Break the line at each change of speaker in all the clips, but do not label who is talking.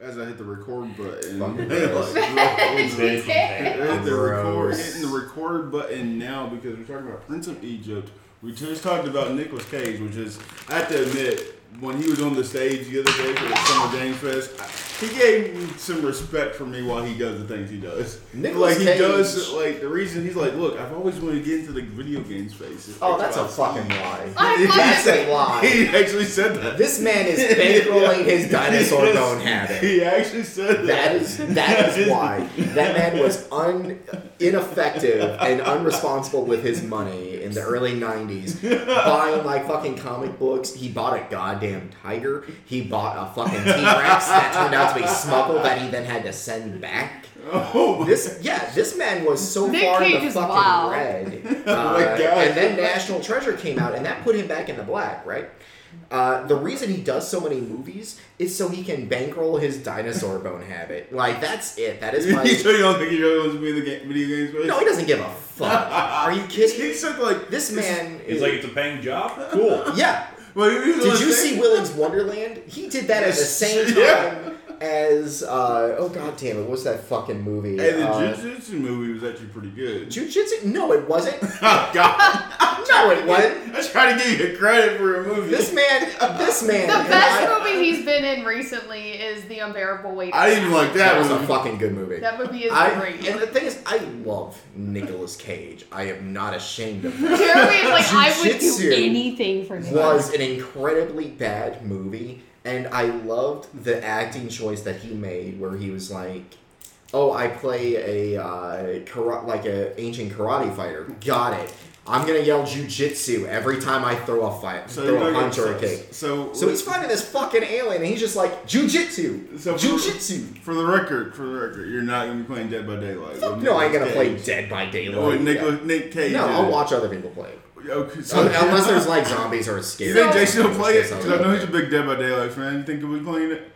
as I hit the record button. Like,
Fucking gross.
I hit the record,
Gross.
hitting the record button now because we're talking about Prince of Egypt. We just talked about Nicolas Cage, which is I have to admit when he was on the stage the other day for the Summer Games Fest, I- he gave me some respect for me while he does the things he does.
Nicolas
like he
Cage-
does like the reason he's like, look, I've always wanted to get into the video game space. It's
Oh, that's a
XYZ."
fucking lie.
I
That's
fucking-
a lie.
He actually said that.
This man is bankrolling his dinosaur
Yes.
bone habit.
He actually said that.
That is that is why that man was un, ineffective and unresponsible with his money in the early '90s, buying like fucking comic books. He bought a goddamn tiger. He bought a fucking T-Rex that turned out to be smuggled that he then had to send back.
Oh,
This yeah, this man was so
Nick
far in
Cage
the
is
fucking
wild.
red.
Oh my
Uh,
God.
And then National Treasure came out, and that put him back in the black, right? Uh, the reason he does so many movies is so he can bankroll his dinosaur bone habit. Like that's it. That is
you
my.
sure you don't think he really wants to be in the game, video games? space?
No, he doesn't give a fuck. Are you
He
kidding?
said like
This man.
He's like, it's a paying job. Cool.
yeah.
Well, he was
Did
on
you
stage-
see Willem's Wonderland? He did that at the
Yes.
same time
Yeah.
as uh, oh god damn it, what's that fucking movie?
Hey, the
Uh,
Jujutsu movie was actually pretty good.
Jujitsu? No, it wasn't.
Oh God!
No, it wasn't.
I tried to give you credit for a movie.
This man, this man.
The
and I-
best movie he's been in recently is The Unbearable Weight. of
I didn't even
Massive.
like that,
That was a
movie.
fucking good movie.
That movie is
I,
great.
and the thing is, I love Nicolas Cage. I am not ashamed of that.
Jeremy is like, I would do
Jujitsu
anything for Nick.
Was an incredibly bad movie, and I loved the acting choice that he made, where he was like, "Oh, I play a uh, kara- like a ancient karate fighter. Got it. I'm gonna yell jujitsu every time I throw a fight,
So
throw
you're
a
not
punch or a
gonna-
kick."
So,
So he's fighting this fucking alien, and he's just like jujitsu,
So for-
jujitsu.
for the record, for the record, you're not gonna be playing Dead by Daylight.
Fuck
with
no, I ain't
Nicolas
gonna play
Cage.
Dead by Daylight.
With Nicolas, Nick Cage.
No,
in
I'll
it.
watch other people play. it.
Okay, so
Un- Unless there's like zombies or
You
scary.
think Jason will play it?
Something
Because I know
like
he's a
that.
big Dead by Daylight fan. You think he'll be playing it?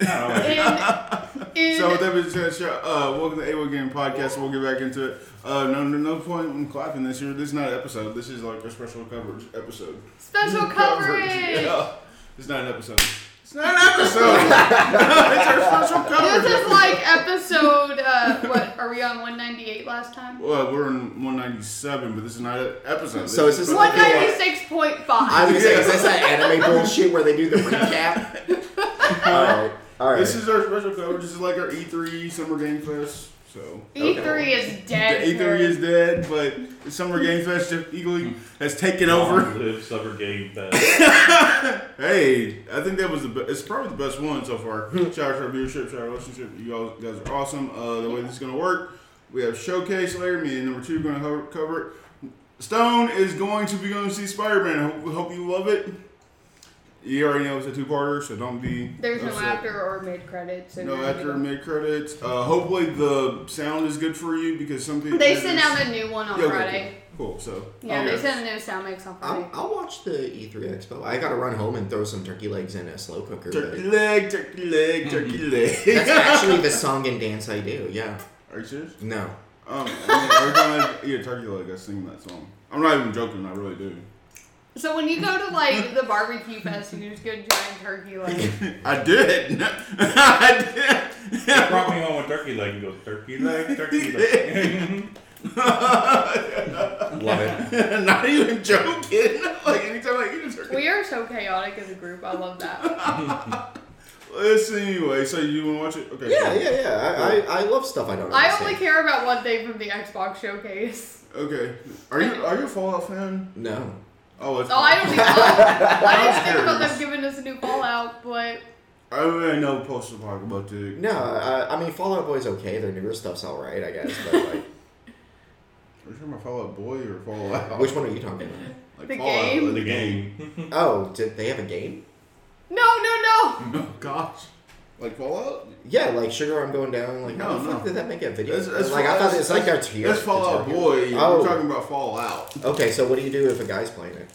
I
In, in
So with that being said, sure, uh, welcome to the A1 Game Podcast. We'll get back into it. Uh, no, no, no point in clapping this year. This is not an episode. This is like a special coverage episode.
special coverage.
Yeah. It's not an episode. It's not an episode. it's our special coverage.
This is like episode. Uh, what are we on? One ninety eight last time.
well, we're in 197, but this is not an episode.
So
This
it's
is special
just like-
One ninety
coverage.
six point
I
five.
was gonna say, is this that anime bullshit where they do the recap? Alright. Alright.
This is our special coverage. This is like our E3 Summer Game Fest. So.
E three is dead.
The E3
Harry.
is dead, but the Summer Game Fest just equally has taken over.
Live summer game fest.
Hey, I think that was the best. It's probably the best one so far. Shout out to our viewership, shout out to our relationship. You all guys are awesome. Uh, the way this is gonna work, we have showcase later. Me and number two are gonna ho- cover it. Stone is going to be going to see Spider Man. Hope, hope you love it. You already know it's a two parter, so don't be.
There's no
upset.
after or mid credits. so
No
you're
after
gonna-
mid credits. Uh, hopefully the sound is good for you because some people
They sent out a new one on
Yeah, okay,
Friday.
Cool. cool, So
Yeah,
okay.
they sent a new sound mix on Friday.
I'll, I'll watch the E3 Expo. I gotta run home and throw some turkey legs in a slow cooker.
Turkey
But
leg, turkey leg, turkey leg.
that's actually the song and dance I do, yeah.
Are you serious?
No.
Um, I mean, every time I eat a turkey leg, I sing that song. I'm not even joking. I really do.
So when you go to like the barbecue fest, you just get a giant turkey leg.
I did. I
He brought me home with turkey leg and goes, turkey leg, turkey leg.
Love it.
did. not even joking. Like anytime I eat a turkey.
We are so chaotic as a group. I love that.
Listen, anyway. So you want to watch it? Okay.
Yeah,
cool.
yeah, yeah. I, I, I love stuff I don't
I
understand.
only care about one thing from the Xbox showcase.
Okay. Are you are you a Fallout fan?
No.
Oh, it's.
Oh, I don't even. I didn't think about them giving us a new Fallout, but
I already know post-apocalyptic.
No, I, I mean, Fallout Boy's okay. Their newer stuff's alright, I guess. But, like,
Are you talking about Fallout Boy or Fallout?
which one are you talking about?
Like
The
Fallout,
game?
like
the game.
Oh, did they have a game?
no, no, no.
Oh gosh. Like Fallout?
Yeah, like Sugar, I'm going down. Like, how
No,
the fuck
no.
did that make a video?
That's- that's
like, I
Fallout-
thought it's like a
that's-
tier.
That's Fallout
It's a tier.
Boy.
Oh.
We're talking about Fallout.
Okay, so what do you do if a guy's playing it?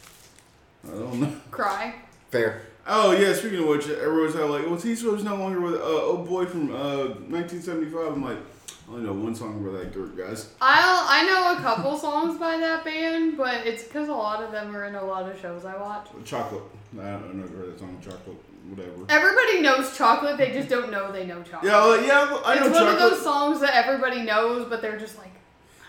I don't know.
Cry.
Fair.
Oh yeah, speaking of which, everyone's out like, well, T Swift's no longer with uh, old boy from uh, 1975. I'm like, I only know one song by that group, guys.
I'll. I know a couple songs by that band, but it's because a lot of them are in a lot of shows I watch.
Chocolate. I don't know if you heard that song, Chocolate. whatever.
Everybody knows chocolate, they just don't know they know chocolate.
Yeah, well, yeah, I know
it's one of
chocolate.
those songs that everybody knows, but they're just like,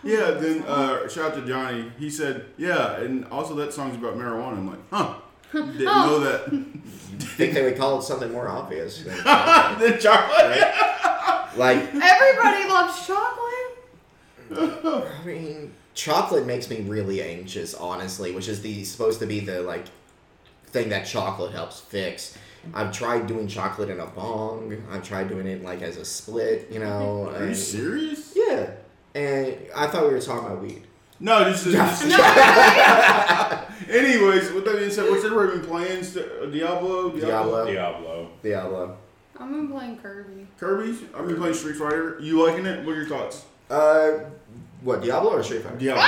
Yeah, then uh, shout out to Johnny. He said, "Yeah," and also that song's about marijuana. I'm like, "Huh? Didn't
Oh.
know that."
I think they would call it something more obvious. than-
the chocolate.
like,
everybody loves chocolate.
I mean, chocolate makes me really anxious, honestly, which is the supposed to be the like thing that chocolate helps fix. I've tried doing chocolate in a bong. I've tried doing it like as a split, you know.
Are you
and-
serious?
Yeah, and I thought we were talking about weed.
No, this is.
Yeah.
No, right?
Anyways, with that being said, what's everybody been playing? St- uh, Diablo, Oh.
Diablo,
Diablo.
Diablo.
I've been playing Kirby.
Kirby. I've been playing Street Fighter. You liking it? What are your thoughts?
Uh, what Diablo or Street Fighter?
Diablo.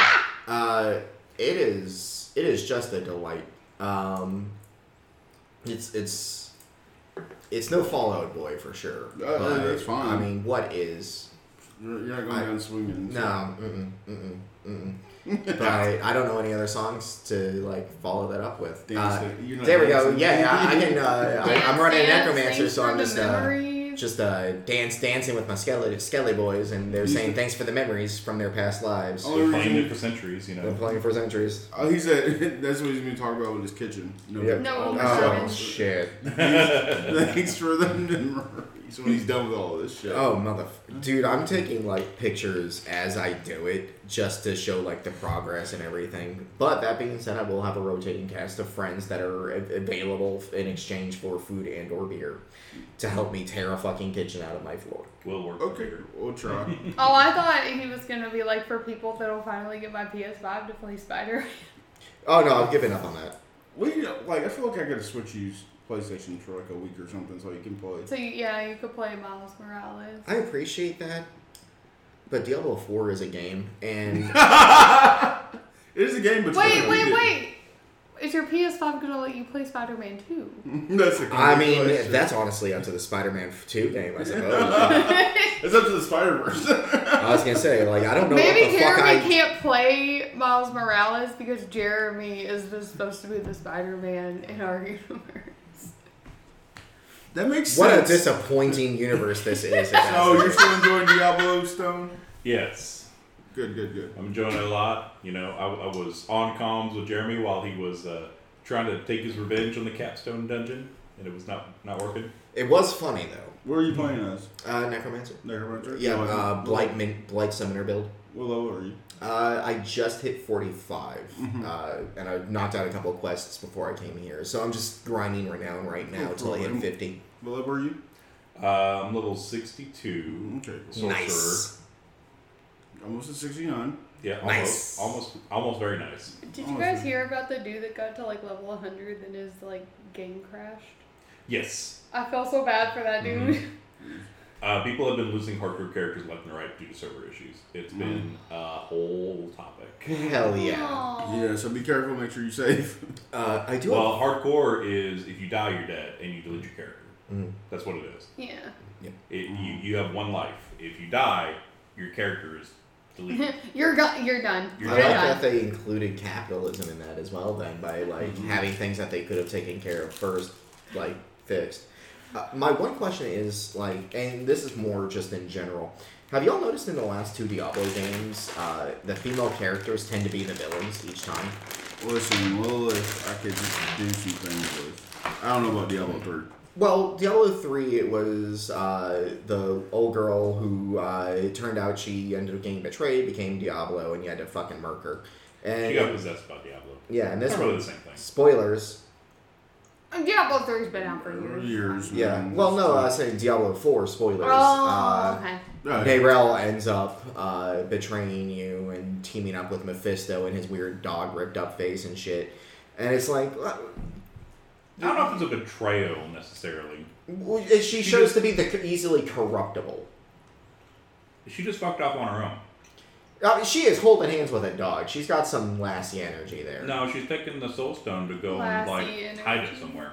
Uh, it is it is just a delight. Um, it's it's it's no Fallout Boy for sure.
Uh, uh,
but,
that's fine.
I mean, what is
You're, you're not going
I-
down swinging.
no? Mm-mm, mm-mm, mm-mm. but I, I don't know any other songs to like follow that up with.
Dance
Uh,
it. You're not
there we go.
dancing.
Yeah, I, I can. Uh, I, I'm running
Dance,
Necromancer,
thanks
so
for
I'm
the
just uh,
memories.
just uh, dance dancing with my skelly skelly boys, and they're saying thanks for the memories from their past lives.
Oh,
They're playing it for centuries, you know.
Been playing for centuries.
Oh, he said that's what he's been talking about with his kitchen. No,
Yep.
No,
all
Oh,
this
Oh
Sure.
stuff.
shit.
Thanks for the memories when he's done with all this shit.
Oh mother, dude! I'm taking like pictures as I do it, just to show like the progress and everything. But that being said, I will have a rotating cast of friends that are a- available in exchange for food and or beer to help me tear a fucking kitchen out of my floor.
Will work.
Okay,
later.
we'll try.
Oh, I thought he was gonna be like for people that'll finally get my PS5 to play Spider.
Oh no, I've given up on that.
Well, you know, like I feel like I gotta switch use PlayStation for like a week or something so you can play.
so you- yeah, you could play Miles Morales.
I appreciate that, but Diablo Four is a game, and
It is a game, but you
Wait,
gotta
wait,
beat
wait. Is your PS5 gonna let you play Spider-Man 2?
it. That's a
I
complete
mean
question.
that's honestly up to the Spider-Man Two game, I suppose.
it's up to the Spider Verse.
I was gonna say like I don't know what
Maybe
the fuck I
Jeremy can't play Miles Morales because Jeremy is just supposed to be the Spider-Man in our universe.
that makes
What a
sense.
disappointing universe this is. if that's
Oh,
the
you're
case.
still enjoying Diablo Stone?
Yes.
Good, good, good.
I'm enjoying it a lot. You know, I, I was on comms with Jeremy while he was uh, trying to take his revenge on the capstone dungeon, and it was not not working.
It was funny though.
Where are you playing as?
Uh, Necromancer.
Necromancer?
Yeah,
What-
uh, Blight min- Blight Summoner build.
What level are you?
Uh, I just hit 45,
Mm-hmm.
uh, and I knocked out a couple of quests before I came here. So I'm just grinding renown right now
Oh,
until I
cool.
hit 50.
What level are you?
Uh, I'm level 62.
Okay.
Sorcerer.
Nice.
Almost at 69.
Yeah, almost,
Nice.
almost, almost very nice.
Did
Oh,
you guys hear about the dude that got to like level 100 and his like game crashed?
Yes.
I felt so bad for that
Mm-hmm.
dude.
Uh, people have been losing hardcore characters left and right due to server issues. It's been a whole topic.
Hell yeah.
Aw.
Yeah, so be careful, make sure you save.
Uh, I do.
Well, hardcore is if you die, you're dead, and you delete your character. That's what it is.
Yeah.
It, you, you have one life. If you die, your character is deleted.
You're go- you're done.
I
You're
You're
like
Yeah.
that
done.
they included capitalism in that as well, then, by like having things that they could have taken care of first, like fixed. Uh, my one question is like, and this is more just in general. Have y'all noticed in the last two Diablo games, uh, the female characters tend to be the villains each time?
Listen, Lilith, I could just do some things with. I don't know about Diablo 3.
Well, Diablo three, it was uh, the old girl who uh, it turned out she ended up getting betrayed, became Diablo, and you had to fucking murk her. And
you got possessed by Diablo.
yeah, and this
That's really the
one,
same thing.
spoilers,
Diablo 3's been out for
For
years.
years.
Yeah.
man.
Mm-hmm.
Well, no, I said Diablo Four spoilers.
Oh, okay.
Yeah,
Uh, Narelle ends up uh, betraying you and teaming up with Mephisto and his weird dog ripped up face and shit. And it's like, uh,
I don't know if it's a betrayal necessarily.
well, she, shows to be the easily corruptible.
She just fucked off on her
I
own.
mean, Uh, she is holding hands with a dog. She's got some lassie energy there.
No, she's taking the soul stone to go and like
Classy energy.
hide it somewhere.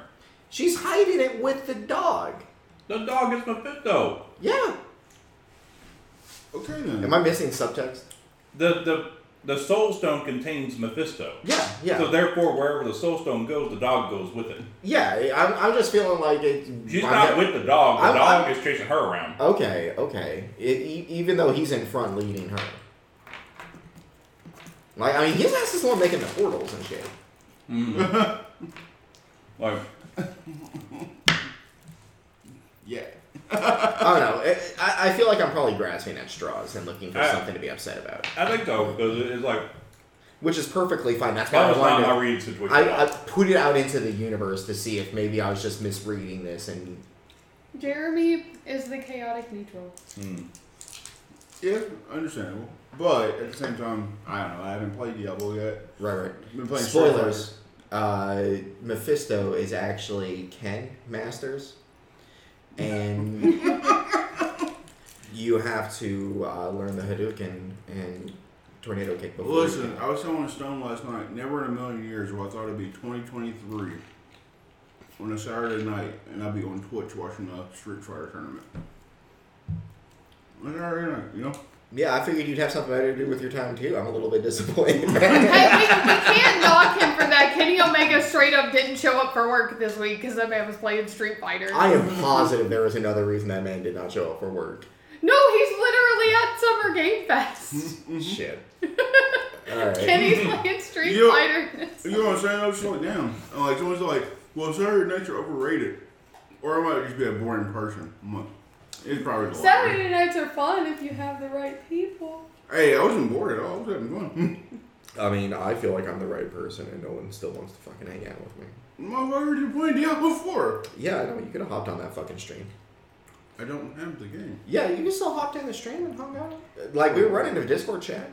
She's hiding it with the dog.
The dog is Mephisto.
Yeah.
Okay then.
Am I missing subtext?
The the the Soul Stone contains Mephisto.
Yeah, yeah,
So therefore, wherever the Soul Stone goes, the dog goes with it.
yeah. I'm, I'm just feeling like it.
She's
I'm
not with the dog. The
I'm-
dog
I'm-
is chasing her around.
Okay, okay. It, e- even though he's in front leading her. Like, I mean, his ass is the one making the portals and shit.
Like,
Yeah.
I don't know. It, I, I feel like I'm probably grasping at straws and looking for
I-
something to be upset about,
I think so because it- it's like
which is perfectly fine. That's why
that
I
was not
wanted
my
to.
reading situation.
I, I put it out into the universe to see if maybe I was just misreading this and
Jeremy is the chaotic neutral.
Hmm.
Yeah, understandable. But at the same time, I don't know. I haven't played Diablo yet.
right, right.
I've been playing Street
Spoilers. Uh, Mephisto is actually Ken Masters, and you have to uh, learn the Hadouken and Tornado Kick
Fighter.
before.
Listen,
you
I was selling a stone last night. Never in a million years will I thought it'd be 2023 on a Saturday night, and I'd be on Twitch watching a Street Fighter tournament. On a Saturday night, you know.
can. yeah, I figured you'd have something better to do with your time too. I'm a little bit disappointed.
hey, we, we can't knock him for that. Kenny Omega straight up didn't show up for work this week because that man was playing Street Fighter.
I am positive there was another reason that man did not show up for work.
no, he's literally at Summer Game Fest.
Shit. All right.
Kenny's playing Street
You-
Fighter.
You know what I'm saying? I was just like, damn. And like someone's like, well, Saturday nights are overrated, or I might just be a boring person. I'm like, it's probably the latter.
Saturday nights are fun if you have the right people.
Hey, I wasn't bored at all. I was having fun.
I mean, I feel like I'm the right person, and no one still wants to fucking hang out with me.
Motherfucker, you playing Diablo 4?
Yeah, I know. You could have hopped on that fucking stream.
I don't have the game.
Yeah, you just still hopped in the stream and hung out. Like we were running a Discord chat.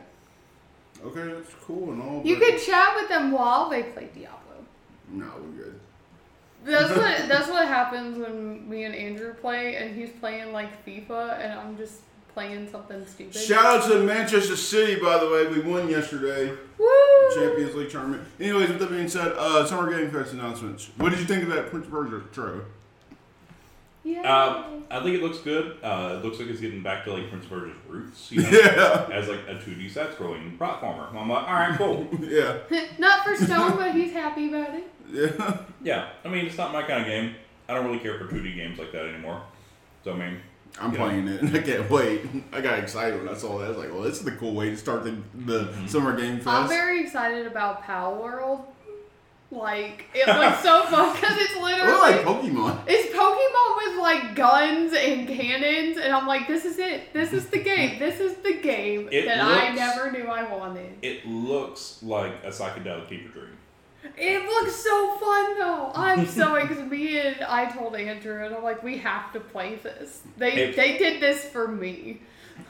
Okay, that's cool and all.
You
but
could chat with them while they play Diablo.
No, we're good.
That's what that's what happens when me and Andrew play, and he's playing like FIFA, and I'm just playing something stupid.
Shout out to Manchester City, by the way. We won yesterday.
Woo!
Champions League tournament. Anyways, with that being said, uh, Summer Game Fest announcements. What did you think of that Prince Berger trailer?
Yay.
Uh, I think it looks good. Uh, it looks like it's getting back to like Prince Verge's roots, you know,
Yeah.
as like a 2D side-scrolling platformer. I'm like, all right, cool.
Yeah.
Um,
Not for Stone, but he's happy about it.
Yeah.
yeah, I mean, it's not my kind of game. I don't really care for 2D games like that anymore. So I mean,
I'm
Yeah.
playing it and I can't wait. I got excited when I saw that. I was like, well, this is the cool way to start the, the Summer Game
Mm-hmm. I'm
Fest.
very excited about Pal World. Like it looks so fun because it's
We're like
literally
Pokemon.
it's Pokemon with like guns and cannons, and I'm like, this is it. This is the game. This is the game
It
that I
looks-
never knew I wanted.
it looks like a psychedelic fever dream.
It looks so fun though. I'm so excited. Me and I told Andrew, and I'm like, we have to play this. They
It-
they did this for me.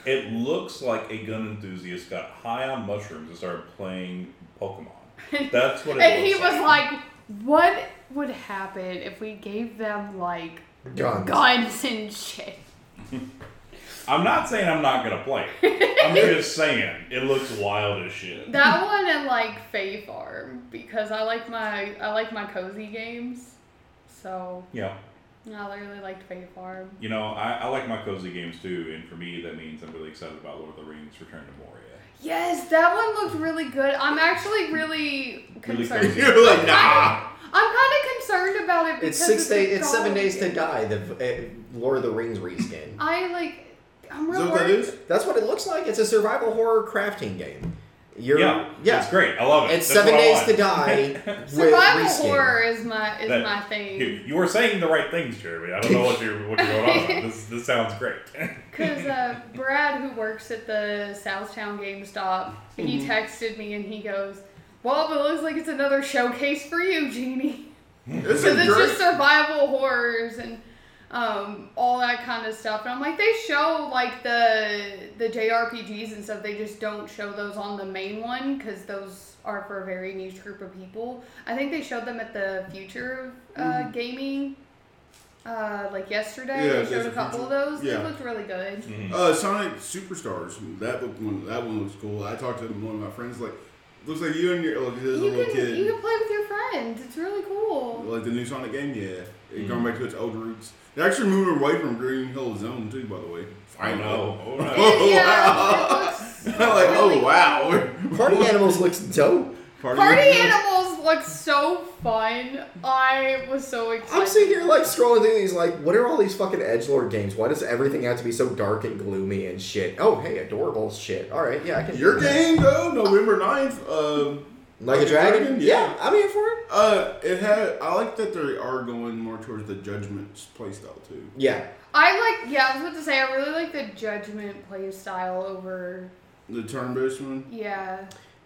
It looks like a gun enthusiast got high on mushrooms and started playing Pokemon. That's what it
And he
looks
was like, what would happen if we gave them like
Guns.
guns and shit?
I'm not saying I'm not gonna play. it. I'm just saying it looks wild as shit.
That one and like Fae Farm because I like my I like my cozy games. So
Yeah,
I really liked Fae Farm.
you know, I, I like my cozy games too, and for me that means I'm really excited about Lord of the Rings: Return to Moria.
Yes, that one looked really good. I'm actually really concerned.
cozy.
You're like, nah.
I'm kind of concerned about it
It's
because
six
a
days. It's seven
dog.
days to die. The uh, Lord of the Rings reskin.
I like. I'm
Is
real
that what that
worried.
is?
That's what it looks like. It's a survival horror crafting game. You're,
Yeah,
yeah.
it's great. I love it.
It's
That's
seven
what I
days
want.
to die. with
Survival
reskin.
horror is my is
That-
my thing
You, you were saying the right things, Jeremy. I don't know what you're what you're going on. about. This this sounds great.
because uh, Brad, who works at the Southtown GameStop,
Mm-hmm.
he texted me and he goes, "Well, it looks like it's another showcase for you, Jeannie,
It's
because
a
it's
great.
just survival horrors and." Um, all that kind of stuff, and I'm like, they show like the the JRPGs and stuff. They just don't show those on the main one because those are for a very niche group of people. I think they showed them at the Future of uh, Gaming, uh, like yesterday.
Mm-hmm. Yeah,
they showed
there's
a
a
couple of
Future-
those.
yeah.
They looked really good.
Uh, Sonic Superstars. That look- one, that one looks cool. I talked to one of my friends. Like, looks like you and your like, this
You
little
can
kid.
you can play with your friends. It's really cool.
Like the new Sonic game, yeah.
Mm.
It going back to its old roots. They're actually moving away from Green Hill Zone too, by the way.
I know.
Finally.
Oh,
It-
wow.
yeah, it looks
no.
like, oh
really
wow.
cool.
Party Animals looks dope.
Party,
Party animals look so fun. I was so excited.
I'm sitting here like scrolling through these, like, what are all these fucking edge lord games? Why does everything have to be so dark and gloomy and shit? Oh, hey, adorable shit. All right, yeah, I can. do
Your
that.
game though, November 9th. Uh,
like a
Like a
dragon?
dragon?
Yeah.
Yeah.
I'm here for it.
uh, it had. I like that they are going more towards the judgments playstyle too.
Yeah,
I like, yeah, I was about to say, I really like the judgment play style over,
The turn-based one.
yeah.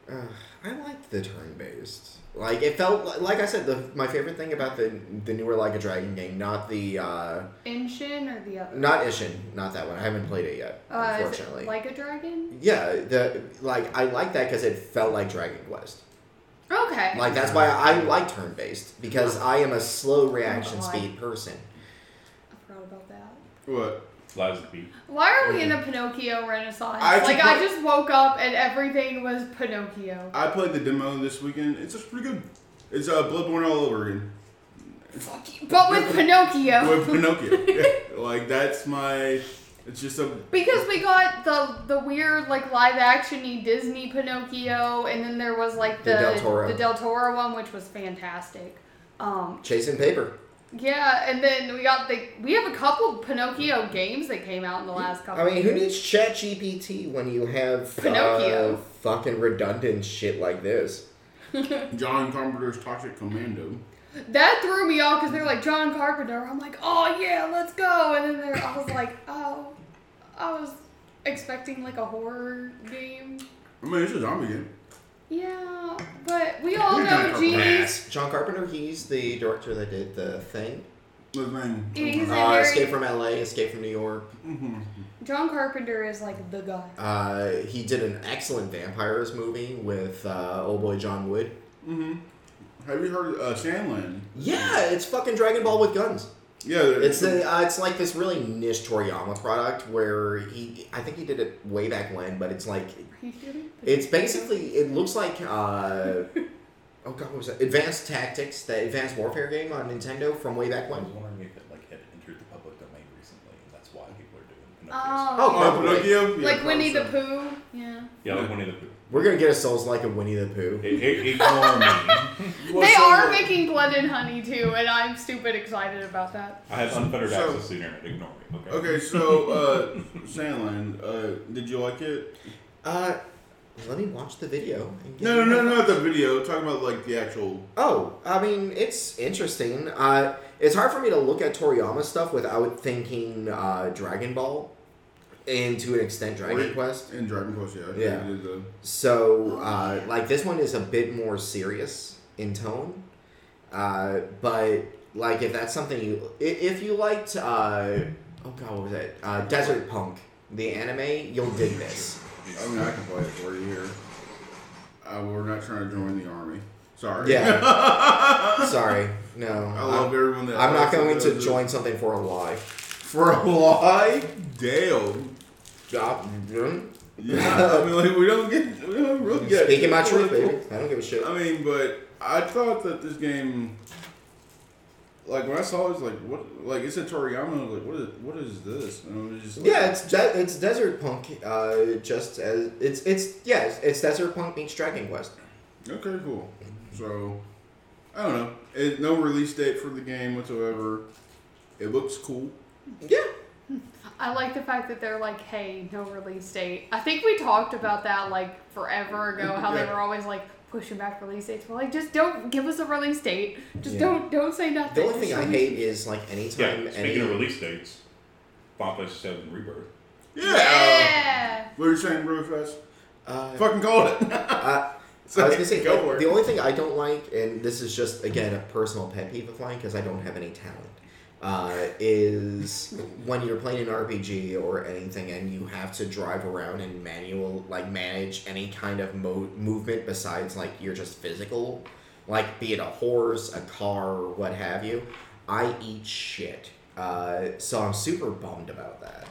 uh, I liked the turn based. Like it felt li- like I said, the my favorite thing about the the newer Like a Dragon game, not the uh,
Inshin or the other?
not Ishin, not that one. I haven't played it yet,
Uh, is it
unfortunately.
like a dragon?
yeah, the like I like that because it felt like Dragon Quest.
Okay.
Like that's why I like turn based because I am a slow reaction
Why?
speed person.
I forgot about that.
What?
Lies of the Beast.
Why are we in a Pinocchio renaissance?
I actually
like, I
put-
just woke up and everything was Pinocchio.
I played the demo this weekend. It's just pretty good. It's uh, Bloodborne all over again
But with Pinocchio.
with Pinocchio. Yeah. Like that's my. It's just a
Because we got the the weird like live actiony Disney Pinocchio, and then there was like
The
the
Del Toro.
the Del Toro one, which was fantastic. Um,
Chasing paper.
yeah, and then we got the we have a couple Pinocchio games that came out in the last couple.
I mean, who
years.
needs Chat GPT when you have
Pinocchio.
uh, fucking redundant shit like this?
John Carpenter's Toxic Commando.
that threw me off because they're like John Carpenter. I'm like, oh yeah, let's go, and then there I was like, oh, I was expecting like a horror game.
I mean, it's a zombie game.
Yeah, but we all
We're doing
know
our
G's.
Yes, John Carpenter, he's the director that did the thing.
What's his name?
He's a
Uh,
very-
Escape from LA, Escape from New York.
Mhm.
John Carpenter is like the guy.
Uh, he did an excellent vampires movie with uh, old boy John Wood.
Mhm. Have you heard uh, Sandland?
Yeah, it's fucking Dragon Ball with guns.
Yeah,
It's a, uh, it's like this really niche Toriyama product where he I think he did it way back when, but it's like
Are you kidding?
it's basically it looks like uh, oh god, what was that? Advanced Tactics, the Advanced Warfare game on Nintendo from way back
I was
when.
wondering if it like had entered the public domain recently, and that's why people are doing Pinocchio's.
Oh,
Oh,
probably.
Pinocchio? Yeah,
like Winnie the
probably
Pooh. Yeah.
Yeah, like Winnie the Pooh.
We're gonna get a Souls like a Winnie the Pooh.
I- I- Ignore me.
so. Well,
they
so,
are
uh,
making Blood and Honey too, and I'm stupid excited about that.
I have unfettered
Um, So-
access to the internet. Ignore me. Okay.
Okay, so uh, Sandland, uh, did you like it?
Uh, let me watch the video. and give
No,
you
no, no,
my-
not the video. Talking about like the actual.
Oh, I mean, it's interesting. Uh, it's hard for me to look at Toriyama stuff without thinking uh, Dragon Ball, and to an extent, Dragon
Wait.
Quest.
In Dragon Quest, yeah. I think
Yeah.
they did the-
So, uh, like, this one is a bit more serious in tone. Uh, but like, if that's something you, i- if you liked, uh, oh god, what was it? Uh, Desert Punk, the anime, you'll dig this.
I mean, I can play it for you here. Uh, we're not trying to join the army. Sorry.
Yeah. Sorry, no,
I love everyone that.
I'm
likes
not
it,
going to
does it.
join something for a lie.
for a lie. Damn.
Uh, mm.
Yeah. I mean, like we don't get we don't really get.
Speaking my truth, baby. I don't give a shit.
I mean, but I thought that this game, like when I saw it, was like what, like it said Toriyama, I was like what is what is this? And I was just like,
Yeah, it's de- it's desert punk. Uh, just as it's it's yeah, it's, it's desert punk meets Dragon Quest.
okay, cool. So I don't know. It, no release date for the game whatsoever. It looks cool.
Yeah,
I like the fact that they're like, hey, no release date. I think we talked about that like forever ago, how they
Yeah.
were always like pushing back release dates. We're like, just don't give us a release date. Just
Yeah.
don't don't say
the
nothing.
only thing
Just
I
show me-
hate is like anytime
Yeah.
any
Speaking of release dates, Final Fantasy Seven Rebirth.
Yeah.
Yeah.
What are you saying, really fast?
uh,
Fucking called it.
uh, I was gonna say
go
like,
for it.
the only thing I don't like, and this is just again a personal pet peeve of mine because I don't have any talent. Uh, is when you're playing an RPG or anything and you have to drive around and manual like manage any kind of mo- movement besides like you're just physical, like be it a horse, a car, or what have you. I eat shit, uh, so I'm super bummed about that.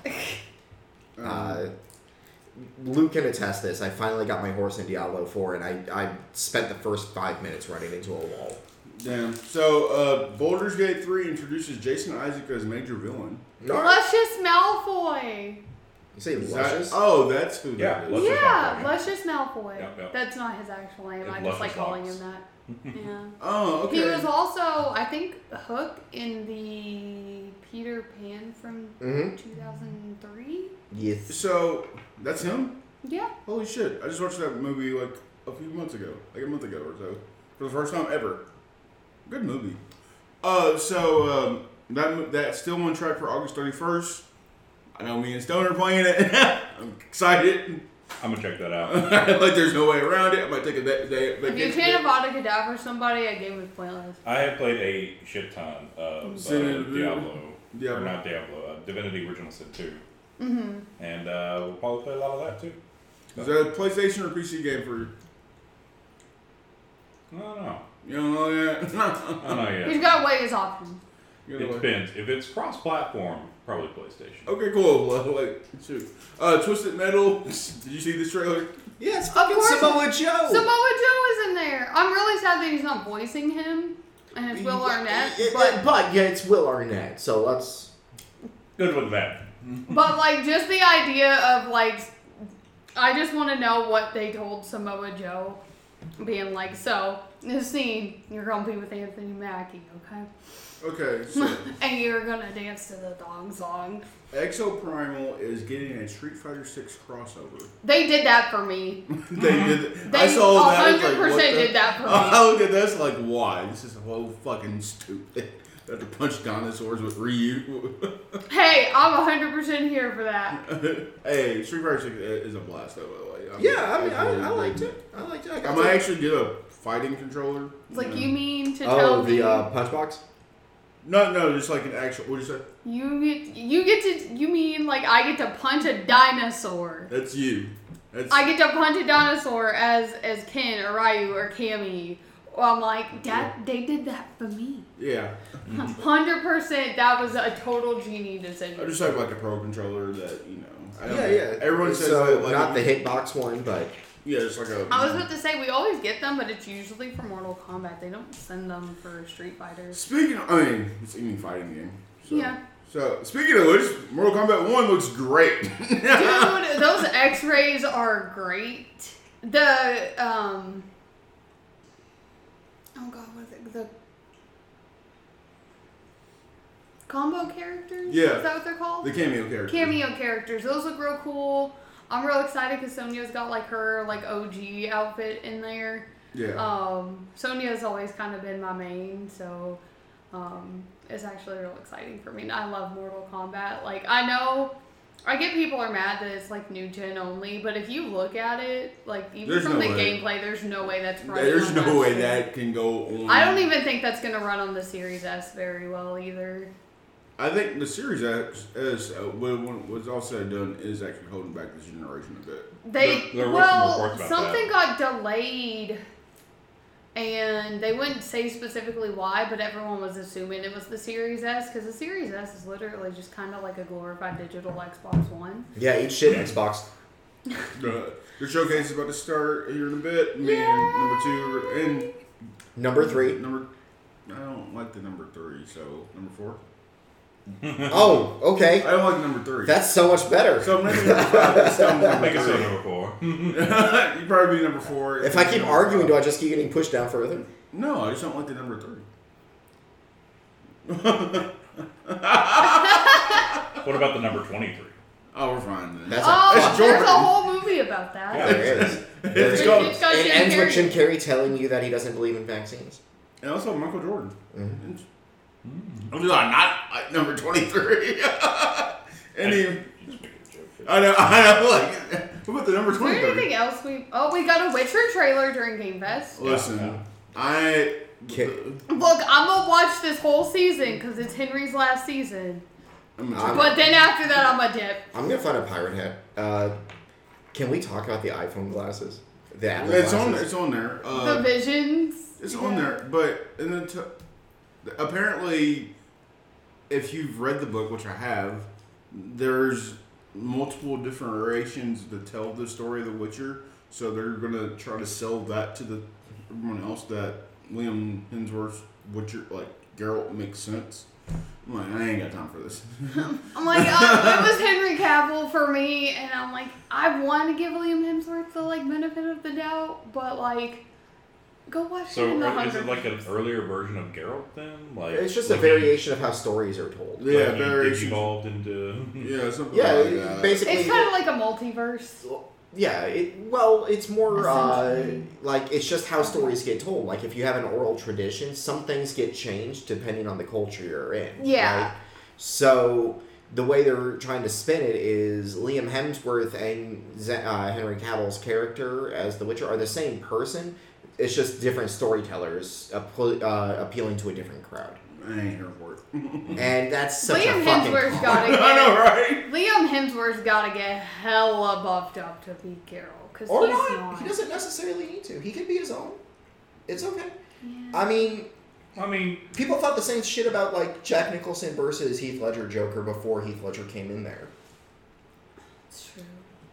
Uh, Luke can attest this. I finally got my horse in Diablo 4, and I, I spent the first five minutes running into a wall.
Damn. So, uh, Boulder's Gate 3 introduces Jason Isaac as major villain.
Luscious Malfoy.
You say
Is that-
luscious? Uh,
oh, that's who
Yeah,
that is.
Luscious
yeah,
Malfoy.
Luscious Malfoy.
Yep, yep.
That's not his actual name.
And
I just like
Luscious
calling
Locks.
him that. Yeah.
Oh, okay.
He was also, I think, Hook in the Peter Pan from
Mhm.
2003.
Yes.
so, that's him?
Yeah.
Holy shit. I just watched that movie like a few months ago. Like a month ago or so. For the first time ever. Good movie. Uh, so, um, that, mo- that's still on track for August 31st. I know me and Stone are playing it. I'm excited.
I'm gonna check that out.
like, there's no way around it. I might take a day. day
If you
vacation
can't
day.
about a cadaver somebody, I gave it playlist.
I have played a shit ton of uh,
Sin-
Diablo,
Diablo.
or not Diablo, uh, Divinity Original Sin 2,
Mm-hmm.
and uh, we'll probably play a lot of that too.
Is that a PlayStation or PC game for you?
I don't know.
You don't know yet?
I don't know yet.
He's got to weigh his options.
You
It
know what?
depends. If it's cross-platform, probably PlayStation.
Okay, cool. Well, like, shoot. Uh, Twisted Metal. Did you see this trailer?
Yes, fucking
course.
Samoa Joe.
Samoa Joe is in there. I'm really sad that he's not voicing him, and it's Will Arnett.
Yeah,
But
but but, yeah, it's Will Arnett. So let's.
Good with that.
But like just the idea of like I just want to know what they told Samoa Joe being like, so this scene you're gonna be with Anthony Mackie, okay?
Okay, so
and you're gonna dance to the thong song.
Exo Primal is getting a Street Fighter Six crossover.
They did that for me.
they did. That.
They
I saw that. I was like,
100%
what the-
did that for me.
I look at this like, why? This is whole fucking stupid. They have to punch dinosaurs with Ryu.
Hey, I'm 100% here for that.
hey, Street Fighter Six is a blast though. By the way. I'm-
Yeah, I mean, I,
really
I liked
dig
it. I liked it. I
I
got
might
it.
actually get a fighting controller.
It's like
know?
you mean to tell
Oh,
me
the uh, punch box.
No, no, just like an actual. What do you say?
you get you get to you mean like I get to punch a dinosaur.
That's you. That's
I get to punch a dinosaur as as Ken or Ryu or Cammy. Well, I'm like, that they did that for me.
yeah. Mm-hmm.
Hundred percent, that was a total genie
I
decision.
just have like a pro controller that you know. I don't
Yeah,
know.
yeah.
Everyone says
so.
that, like,
not the hitbox one, but
Yeah, it's like a.
I was about to say we always get them, but it's usually for Mortal Kombat. They don't send them for Street Fighters.
speaking. Of, I mean, it's even fighting game. So.
Yeah,
So speaking of which, Mortal Kombat One looks great.
dude, those X-rays are great. The um, oh god, what is it? The combo characters.
Yeah.
is that what they're called?
the cameo character.
cameo characters. Those look real cool. I'm real excited because Sonya's got like her like OG outfit in there.
Yeah.
Um, Sonya's always kind of been my main, so um, it's actually real exciting for me. And I love Mortal Kombat. Like I know, I get people are mad that it's like new gen only, but if you look at it, like even
There's
from
no
the
way.
gameplay, there's no way that's right.
There's
on
no way
screen.
that can go on.
I don't even think that's gonna run on the Series S very well either.
I think the series as, as uh, when, when what's all said and done is actually holding back this generation a bit.
They
There- there were some
well,
reports about
something got delayed, and they wouldn't say specifically why, but everyone was assuming it was the Series S because the Series S is literally just kind of like a glorified digital Xbox One.
yeah, eat shit Xbox.
The, the showcase is about to start here in a bit. Me and number two and
Number three.
Number. I don't like the number three, so number four.
Oh, okay.
I don't like number three.
That's so much better.
so maybe number five. is still number
Make it so
three.
number four.
You'd probably be number four.
If I keep
Number
arguing,
five.
do I just keep getting pushed down further?
No, I just don't like the number three.
what about the number twenty-three?
Oh, we're fine then.
That's
Oh,
that's
there's
Jordan.
a whole movie about that.
Yeah.
Oh, There it is. There
It's
it
called-
is.
It's got
It
Jim
ends with
Carrey.
Jim Carrey telling you that he doesn't believe in vaccines.
and also Michael Jordan.
Mm-hmm.
I'm just like not like number twenty three. and he,
Just make a joke.
I know, I know. Like, what about the number
Is there
twenty three?
anything else we? Oh, we got a Witcher trailer during Game Fest.
Listen,
Yeah.
I.
Can-
Look, I'm gonna watch this whole season because it's Henry's last season.
I'm a
I'm-
But then after that, I'm a dip.
I'm gonna find a pirate hat. Uh, can we talk about the iPhone glasses? The Apple
it's on.
glasses.
It's on there.
The
Uh,
visions.
It's on there, but and then t- apparently, if you've read the book, which I have, there's multiple different iterations that tell the story of The Witcher. So they're gonna try to sell that to the everyone else that Liam Hemsworth, Witcher, like Geralt makes sense. I'm like, I ain't got time for this.
I'm like, uh, it was Henry Cavill for me, and I'm like, I want to give Liam Hemsworth the like benefit of the doubt, but like, go watch
So
him in the
uh, is
hundred.
it like an earlier version of Geralt then? Like
It's just a
like
variation of how stories are told.
He, like
yeah,
he
very.
evolved into.
Yeah, something
Yeah,
like
it-
that.
basically.
it's kind of like a multiverse.
yeah, it, well, it's more uh,
Essentially.
like it's just how stories get told. Like if you have an oral tradition, some things get changed depending on the culture you're in.
Yeah.
right? So the way they're trying to spin it is Liam Hemsworth and Z- uh, Henry Cavill's character as The Witcher are the same person. It's just different storytellers appeal- uh, appealing to a different crowd,
I ain't here for it.
and that's such
Liam
a fucking.
Hemsworth
con.
got it.
I know, right?
Liam Hemsworth's got to get hella buffed up to be Carol, because
Or
he's
not.
not.
He doesn't necessarily need to. He can be his own. It's okay.
Yeah.
I mean,
I mean,
people thought the same shit about like Jack Nicholson versus Heath Ledger Joker before Heath Ledger came in there.
It's true.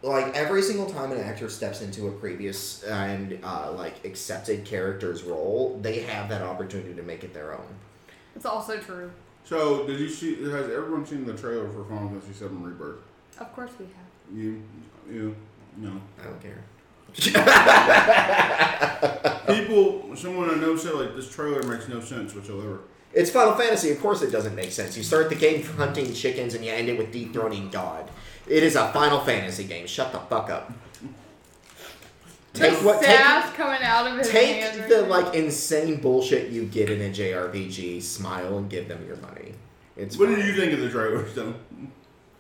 Like every single time an actor steps into a previous and uh, like accepted character's role, they have that opportunity to make it their own.
It's also true.
So, did you see? Has everyone seen the trailer for Final Fantasy VII Rebirth?
Of course we have.
You, you, no.
I don't care.
People, someone I know said like this trailer makes no sense whatsoever.
It's Final Fantasy. Of course, it doesn't make sense. You start the game hunting chickens and you end it with dethroning God. It is a Final Fantasy game. Shut the fuck up. Take
the
what? Take,
sass coming out of his hand
take
right
the
now.
like insane bullshit you get in a JRPG. Smile and give them your money. It's
What
fine.
did you think of the trailer? Though?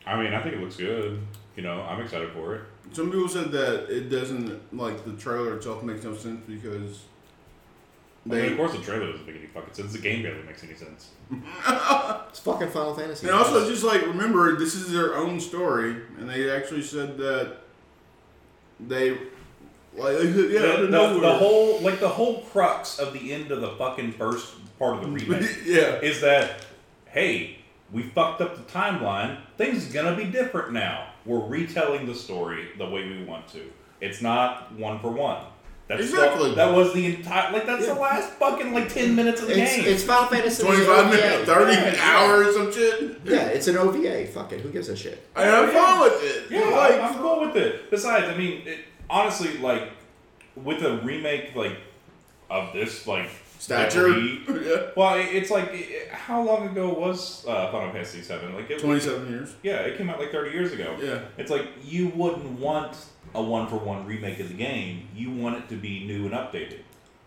I mean, I think it looks good. You know, I'm excited for it.
Some people said that it doesn't like the trailer itself makes no sense because
I mean,
they.
of course, the trailer doesn't make any fucking sense. The game barely makes any sense.
It's fucking Final Fantasy.
And also, just like remember, this is their own story, and they actually said that they like yeah out
the,
of
the- the
nowhere.
whole like the whole crux of the end of the fucking first part of the remake
yeah.
is that hey we fucked up the timeline things are gonna be different now we're retelling the story the way we want to it's not one for one that's
Exactly.
the, that was the entire like that's
Yeah.
the last fucking like 10 minutes of the
it's,
game
it's Final Fantasy.
25
OVA.
minutes, 30
Yeah.
hours, some shit.
Yeah, it's an OVA. Fuck it. Who gives a shit?
And I'm fine with it.
Yeah,
like,
I'm cool with it. Besides, I mean, it, honestly, like with a remake like of this like
Stature?
degree-
Yeah.
Well, it- it's like it- how long ago was uh, Final Fantasy Seven? Like it was-
27 years.
Yeah, it came out like 30 years ago.
Yeah.
It's like you wouldn't want a one for one remake of the game. You want it to be new and updated.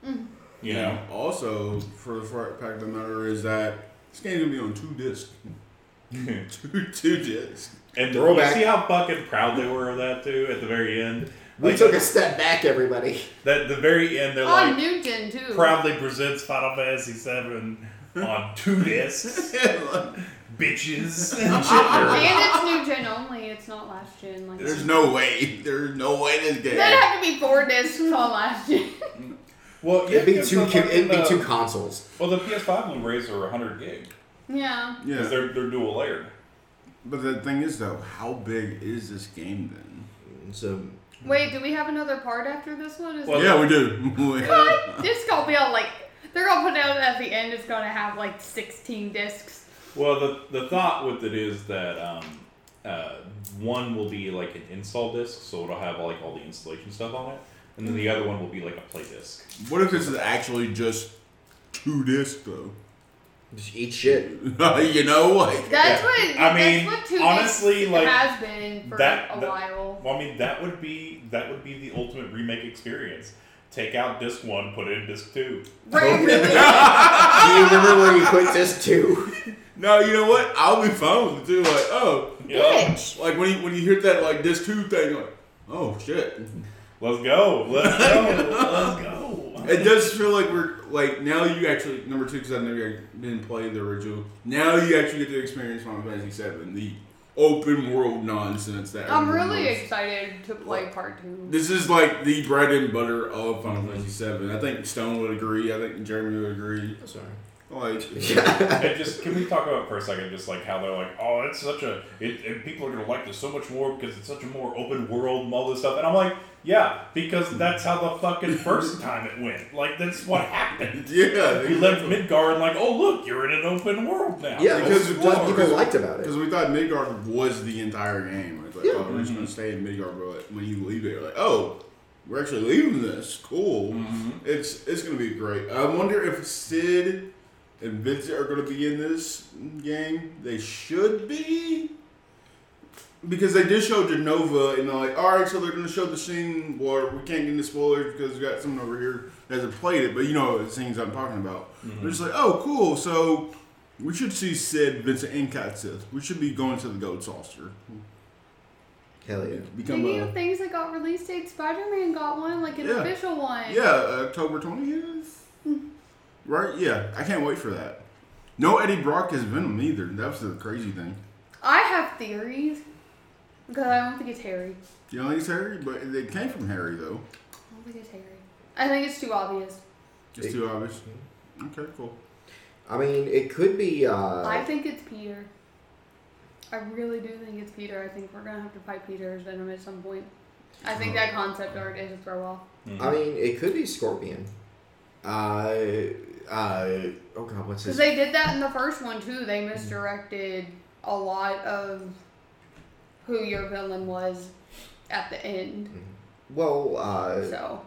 Mm.
You know.
And Also, for the far- fact of the matter is that this game's gonna be on two discs. two, two discs.
And
Throwback.
you see how fucking proud they were of that too at the very end.
We
Like,
took
uh,
a step back, everybody.
that the very end they're
on
like
new gen Oh, too.
proudly presents Final Fantasy VII on two discs, bitches. And shit.
and it's new gen only. It's not last gen. Like
There's no way. There's no way this game.
That'd have to be four discs on last gen.
well, yeah,
It'd be
because
two.
the
co- It'd be
fucking,
two
uh,
consoles.
Well, the PS5 Blu-rays are 100 gig
yeah.
because
Yeah.
they're they're dual layered.
But the thing is, though, how big is this game then?
So
Wait, do we have another part after this one? Is
Well,
yeah, we do.
God, this gonna be all like they're gonna put out at the end. It's gonna have like sixteen discs.
Well, the the thought with it is that um, uh, one will be like an install disc, so it'll have like all the installation stuff on it, and then the other one will be like a play disc.
what if this is actually just two discs, though?
just eat shit.
you know, like.
That's
Yeah.
what
I mean,
That's what two
honestly,
discs
like,
has been for
that-
a
that-
while.
Well, I mean that would be that would be the ultimate remake experience. Take out disc one, put in disc two.
Right, really?
Do you remember where you put this to?
No, you know what? I'll be fine with it, too. Like, oh.
You know?
Bitch.
Like, when you, when you hear that, like, disc two thing, you're like, oh, shit.
Let's go. Let's go. Let's go.
It does feel like we're like now you actually number two because I never didn't play the original. Now you actually get to experience Final Fantasy Seven, the open world nonsense that
I'm
everyone
really
loves.
excited to play part two.
This is like the bread and butter of Final Fantasy Seven. I think Stone would agree. I think Jeremy would agree.
Sorry.
Like,
And just can we talk about for a second just like how they're like, oh, it's such a it, and people are gonna like this so much more because it's such a more open world and all this stuff. And I'm like, yeah, because that's how the fucking first time it went. Like that's what happened.
yeah,
We left Midgard like, oh look, you're in an open world now.
Yeah,
Because
because
of
what
John-
people liked about
Because
it.
we thought Midgard was the entire game. It's like,
Yeah.
oh, we're just going to stay in Midgard. But like, when you leave it, you're like, oh, we're actually leaving this. Cool. It's it's going to be great. I wonder if Sid and Vincent are going to be in this game. They should be. Because they did show Genova, and they're like, all right, so they're going to show the scene where we can't get into spoilers because we got someone over here that hasn't played it, but you know the scenes I'm talking about. They're just like, oh, cool. So we should see Sid, Vincent, and Cat Sith. We should be going to the Gold Saucer.
Hell yeah.
Become
Speaking
a.
of things that got release date, Spider Man got one, like an
Yeah.
official one.
Yeah, October 20th?
Hmm.
Right? Yeah, I can't wait for that. No Eddie Brock as Venom either. That was the crazy thing.
I have theories because I don't think it's Harry.
You know, he's Harry, but it came from Harry, though.
I don't think it's Harry. I think it's too obvious.
It's too obvious. Okay, cool.
I mean, it could be.
I
Uh,
think it's Peter. I really do think it's Peter. I think we're gonna have to fight Peter as Venom at some point. I think that concept art is a throw off.
I mean, it could be Scorpion. Uh, uh, oh god, what's
Because
his?
they did that in the first one too. They misdirected a lot of who your villain was at the end.
Well, uh,
So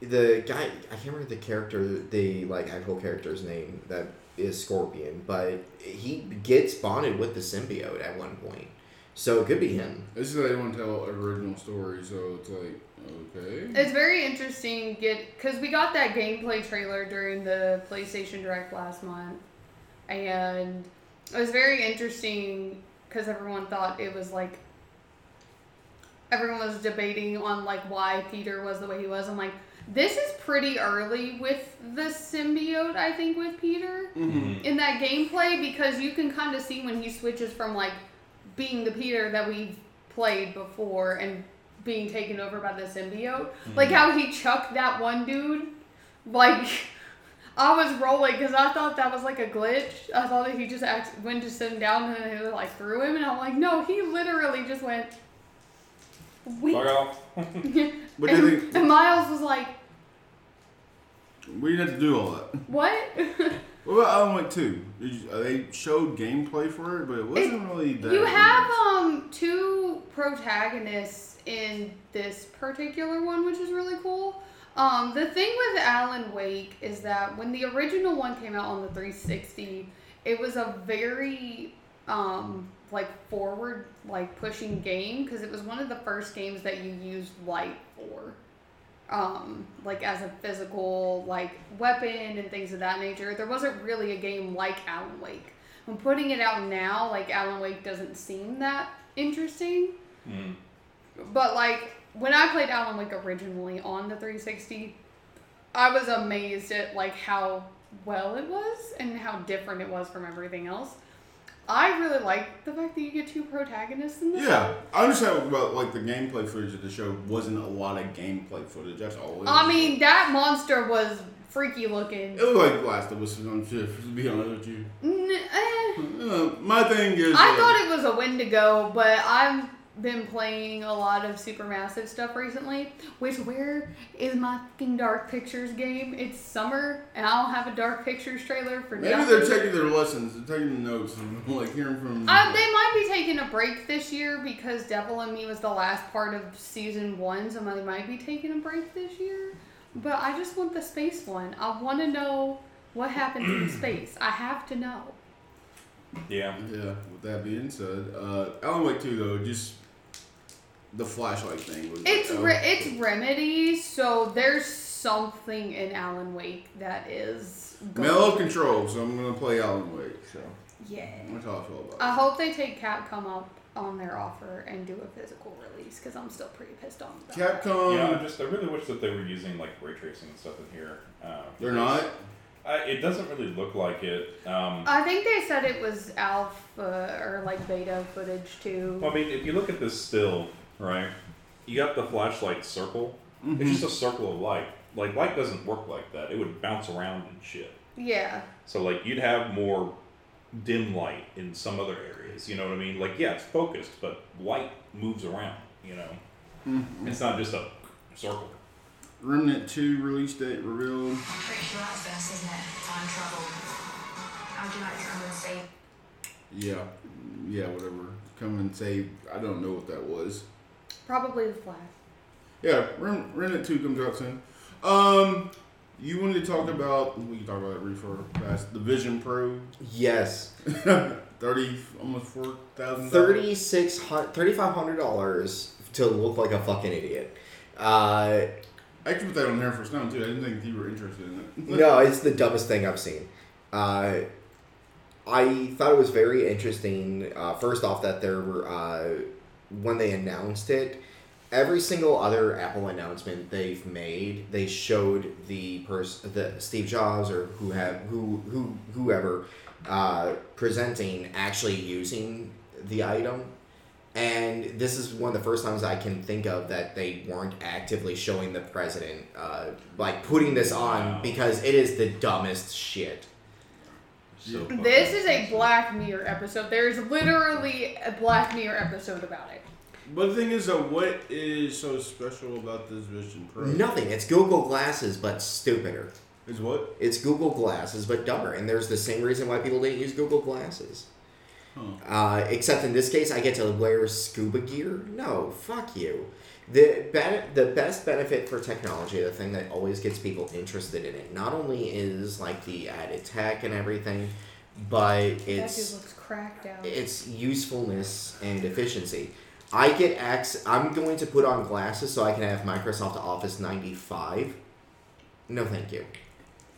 the guy I can't remember the character, the like actual character's name that is Scorpion, but he gets bonded with the symbiote at one point, so it could be him.
This is how they want to tell original story, so it's like, okay.
it's very interesting. Get because we got that gameplay trailer during the PlayStation Direct last month, and it was very interesting because everyone thought it was like everyone was debating on like why Peter was the way he was. I'm like, this is pretty early with the symbiote. I think with Peter.
Mhm.
in that gameplay because you can kind of see when he switches from like being the Peter that we've played before and being taken over by the symbiote. Like how he chucked that one dude. Like I was rolling because I thought that was like a glitch. I thought that he just act- went to sit him down and then he like threw him, and I'm like, no, he literally just went. Wait.
Fuck off.
But do
and,
they,
and Miles was like,
Mm-hmm. we didn't have to do all that.
what?
What about Alan Wake 2? Did you- uh, They showed gameplay for it, but it wasn't really that.
You have um two protagonists in this particular one, which is really cool. Um, the thing with Alan Wake is that when the original one came out on the 360, it was a very um like forward like pushing game because it was one of the first games that you used light for um, like as a physical like weapon and things of that nature. There wasn't really a game like Alan Wake. I'm putting it out now, like Alan Wake doesn't seem that interesting.
Mm.
But like when I played Alan Wake originally on the 360, I was amazed at like how well it was and how different it was from everything else. I really like the fact that you get two protagonists in this.
Yeah, I understand about like the gameplay footage of the show wasn't a lot of gameplay footage. That's all. it
I
was.
mean, that monster was freaky looking.
it looked like Last of Us or some shit. To be honest with you,
N- eh.
uh, my thing is
I thought it was a Wendigo, but I've been playing a lot of Supermassive stuff recently. Which where is my fucking Dark Pictures game? It's summer, and I don't have a Dark Pictures trailer for
maybe
Dark
they're taking their lessons, they're taking the notes, and like hearing from.
uh, they might be taking a break this year because Devil and Me was the last part of season one, so they might be taking a break this year. But I just want the space one. I want to know what happens in space. I have to know.
Yeah.
yeah. With that being said, uh, Alan Wake Two though, just the flashlight thing was.
It's
oh,
re- it's remedy, so there's something in Alan Wake that is gold.
mellow control, so I'm gonna play Alan Wake. So
Yeah.
that's how I feel about it.
I hope they take Capcom up on their offer and do a physical release because I'm still pretty pissed off. About that.
Um,
Capcom.
yeah, I just I really wish that they were using like ray tracing and stuff in here. Uh,
They're not.
I, it doesn't really look like it. Um,
I think they said it was alpha or like beta footage too.
Oh.
Well, I mean, if you look at this still, right, you got the flashlight Mm-hmm. circle. It's just a circle of light. Like, light doesn't work like that. It would bounce around and shit.
Yeah.
So like you'd have more dim light in some other areas. You know what I mean? Like yeah, it's focused, but light moves around. You know, it's not just a circle.
Remnant 2 release date revealed.
Pretty short fest, isn't it? Time travel. How do you like to come and save?
Yeah. Yeah, whatever. Come and say, I don't know what that was.
Probably the Flash.
Yeah, Ren- Remnant 2 comes out soon. Um, you wanted to talk about, we can talk about that reefer fast, the Vision Pro.
Yes.
30, almost 4000
Thirty-six hundred, thirty-five hundred dollars to look like a fucking idiot. Uh,
I actually put that on there for Stone, too. I didn't think you were interested in it.
no, it's the dumbest thing I've seen. Uh, I thought it was very interesting. Uh, first off, that there were uh, when they announced it, every single other Apple announcement they've made, they showed the person, the Steve Jobs or who have who who whoever uh, presenting actually using the item. And this is one of the first times I can think of that they weren't actively showing the president, uh, like putting this on
Wow.
because it is the dumbest shit.
So
Oh.
This is a Black Mirror episode. There's literally a Black Mirror episode about it.
But the thing is, though, what is so special about this Vision Pro?
Nothing. It's Google Glasses, but stupider.
Is what?
It's Google Glasses, but dumber. And there's the same reason why people didn't use Google Glasses. Uh, except in this case, I get to wear scuba gear. No, fuck you. The ben- the best benefit for technology, the thing that always gets people interested in it, not only is like the added tech and everything, but
that dude
it's
looks cracked out.
its usefulness and efficiency. I get access. I'm going to put on glasses so I can have Microsoft Office 95. No, thank you.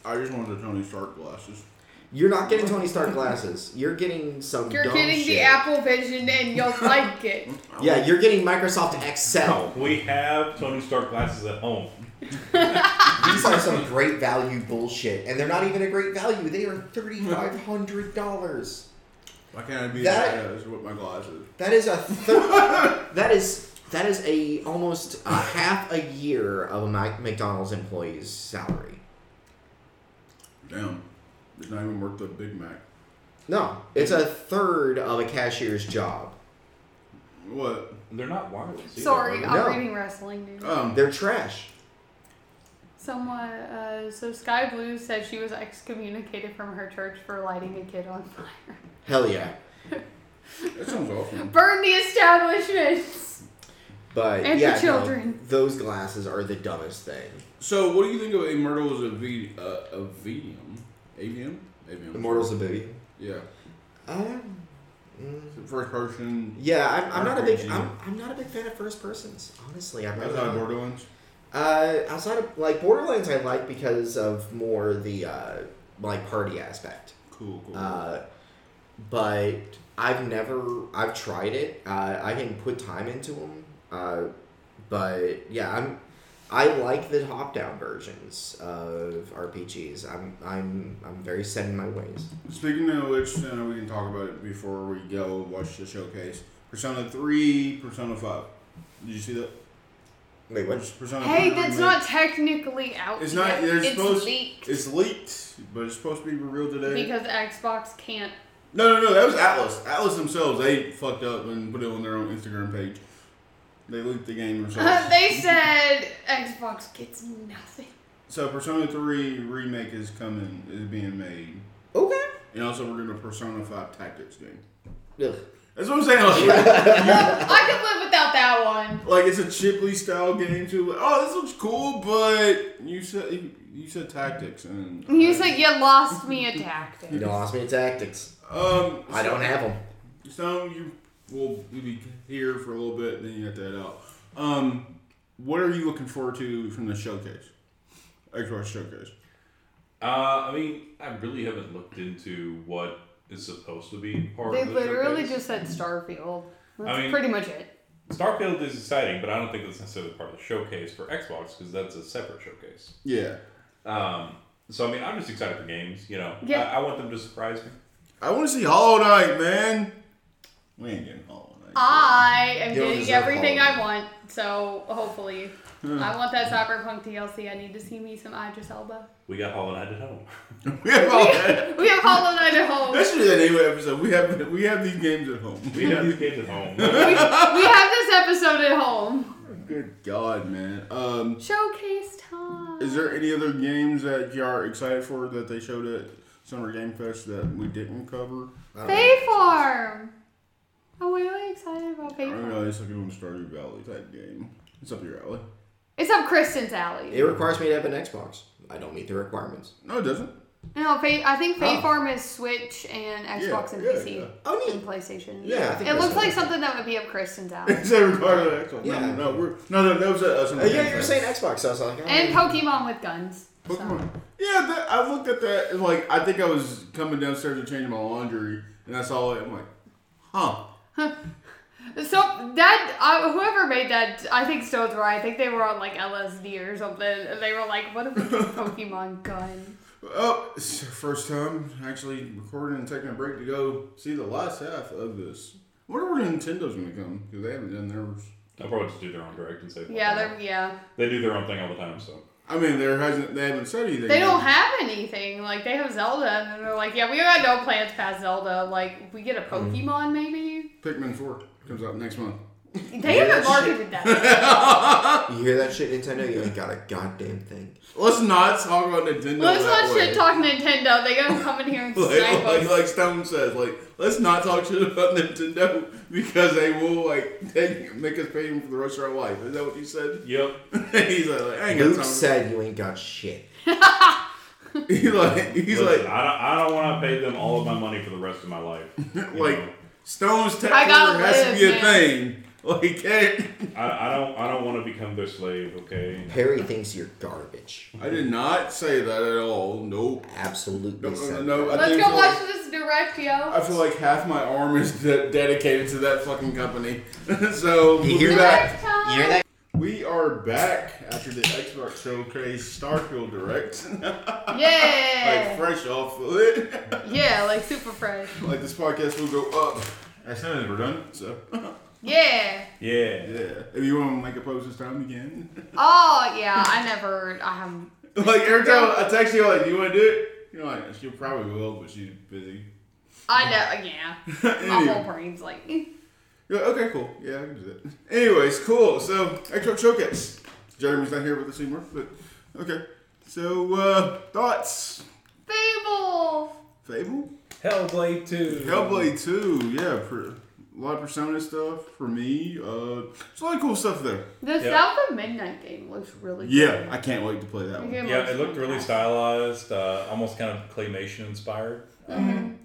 I just wanted the Tony Stark glasses.
You're not getting Tony Stark glasses. You're getting some.
You're
dumb
getting
shit.
the Apple Vision and you'll like it.
Yeah, you're getting Microsoft Excel.
we have Tony Stark glasses at home.
These are some great value bullshit, and they're not even a great value. They are thirty five hundred dollars.
Why can't I be
That-
that? Yeah, that's what my glasses.
That is a thir- that is that is a almost a half a year of a Mac- McDonald's employee's salary.
Damn, it's not even worth the Big Mac.
No, it's a third of a cashier's job.
What?
They're not wireless. Either,
Sorry,
are
I'm
No.
reading wrestling news.
Um,
They're trash.
Someone, uh, so Sky Blue said she was excommunicated from her church for lighting a kid on fire.
Hell yeah.
that sounds awful.
Burn the establishments!
But
And
yeah,
for
no,
children.
those glasses are the dumbest thing.
So, what do you think of Immortals of V? Uh, of VDM? AVM? AVM.
Immortals of Booty.
Yeah.
Um,
It's a First person.
Yeah, I'm, I'm not a big
RPG.
I'm, I'm not a big fan of first persons. Honestly, I'm not.
Outside of Borderlands.
Uh, outside of like Borderlands, I like because of more the uh, like party aspect.
Cool, cool.
Uh, but I've never I've tried it. Uh, I can put time into them. Uh, but yeah, I'm I like the top down versions of RPGs. I'm I'm I'm very set in my ways.
Speaking of which, uh, we can talk about it before we go watch the showcase. Persona 3, Persona 5. Did you see that?
Wait, what?
Persona
Hey,
3
that's
remake.
not technically out
Oh, It's not.
yet.
They're
It's
supposed,
leaked
It's leaked, but it's supposed to be revealed today.
because Xbox can't.
no, no, no. That was Atlas. Atlas themselves. They fucked up and put it on their own Instagram page. They leaked the game themselves.
they said Xbox gets nothing.
so Persona Three remake is coming. Is being made,
Okay.
and also we're doing a Persona Five Tactics game.
Ugh.
That's what I'm saying. Like,
I could live without that one.
like, it's a Chipley style game too. Like, oh, this looks cool, but you said you, you said tactics and
You said you lost me a tactic.
You don't ask me tactics.
um
I don't have them.
So you will be here for a little bit, then you have to head out. Um, what are you looking forward to from the showcase? Xbox showcase.
Uh, I mean, I really haven't looked into what is supposed to be part
They
of the
literally
showcase.
just said Starfield. That's
I mean-
pretty much it.
Starfield is exciting, but I don't think that's necessarily part of the showcase for Xbox because that's a separate showcase.
Yeah,
Um, so I mean, I'm just excited for games. You know,
Yeah.
I, I want them to surprise me.
I want to see Hollow Knight, man. We ain't getting Hollow Knight.
I am
You don't
getting
deserve
everything
Hulk.
I want, so hopefully. I want that Cyberpunk DLC. I need to see me some Idris Elba.
We got Hollow Knight at home.
Uh,
We have all that.
We have Hollow Knight at home.
That should be the name of the episode. We have we have these games at home.
We have these games at home.
We have this episode at home.
Good God, man. Um,
Showcase time.
is there any other games that you are excited for that they showed at Summer Game Fest that we didn't cover?
Bay Farm. I'm really excited about Bay
I
Farm.
really like doing Stardew Valley type game. It's up your alley.
It's up Kristen's alley.
It requires me to have an Xbox. I don't meet the requirements.
No, it doesn't.
No, Fa I think Fae
Oh.
Farm is Switch and Xbox and
yeah,
PC
yeah.
Oh, neat.
and PlayStation.
Yeah, I think
it
that's
looks like
what-
something that would be up Kristen's alley.
It's every part of Xbox.
Yeah.
No, no, we're, no, no, that was at uh, Summer
Uh,
Game
yeah, you were
Fest.
saying Xbox. So I was like, oh,
and Pokemon with guns. so.
Pokemon. Yeah, that, I looked at that. and, Like, I think I was coming downstairs to change my laundry, and I saw it. I'm like, huh.
So that uh, whoever made that, I think Stones were. I think they were on like LSD or something, and they were like, "What if we did Pokemon gun?"
Oh, it's the first time actually recording and taking a break to go see the last half of this. I wonder where Nintendo's gonna come because they haven't done theirs.
They'll probably just do their own direct and say.
Yeah, they're yeah.
They do their own thing all the time, so.
I mean, there hasn't they haven't said anything.
They don't
yet.
have anything. Like they have Zelda, and then they're like, "Yeah, we got no plans past Zelda. Like we get a Pokemon, maybe."
Pikmin Four comes out next month.
They haven't marketed that.
you hear that shit, Nintendo? You ain't got a goddamn thing.
Let's not talk about Nintendo.
Let's
that
not
way.
shit talk Nintendo. They gonna come in here and
Like,
snipe
like,
us.
like Stone says, like let's not talk shit about Nintendo because they will like they make us pay them for the rest of our life. Is that what you said?
Yep.
he's like, like, I ain't got
Luke
time.
said you ain't got shit.
he's like, he's
Listen,
like,
I don't, I don't want to pay them all of my money for the rest of my life. You
like
know?
Stone's tattoo
I gotta
has to
live,
be a
man.
thing. Like, can't-
I, I don't I don't want to become their slave. Okay.
Perry thinks you're garbage.
I did not say that at all. Nope.
Absolutely.
No, no,
said
no,
that.
I
Let's
think
go
so.
watch this direct, yo.
I feel like half my arm is de- dedicated to that fucking company. so
You
we'll
hear
be back.
that?
Direct time.
You hear that?
We are back after the Xbox Showcase Starfield Direct. like
Yeah,
fresh off of it.
yeah, like super fresh.
like this podcast will go up as soon as we're done. So
Yeah.
Yeah.
yeah, if you want to make a post this time again,
Oh yeah, I never. I haven't.
like every time I text you, like, do you want to do it? You're like, she probably will, but she's busy.
I know. Yeah, my whole
anyway,
brain's like. eh.
you're like, okay, cool. Yeah, I can do that. Anyways, cool. So Xbox Showcase. Jeremy's not here with us anymore, but okay. So uh, thoughts?
Fable.
Fable,
Hellblade Two.
Hellblade Two. Yeah, per, a lot of Persona stuff for me. Uh, there's a lot of cool stuff there.
The
Yeah.
South of Midnight game looks really.
Yeah, I can't wait to play that
Good.
one.
game
Yeah,
looks
it looked really
fantastic.
stylized, uh, almost kind of claymation inspired. Um,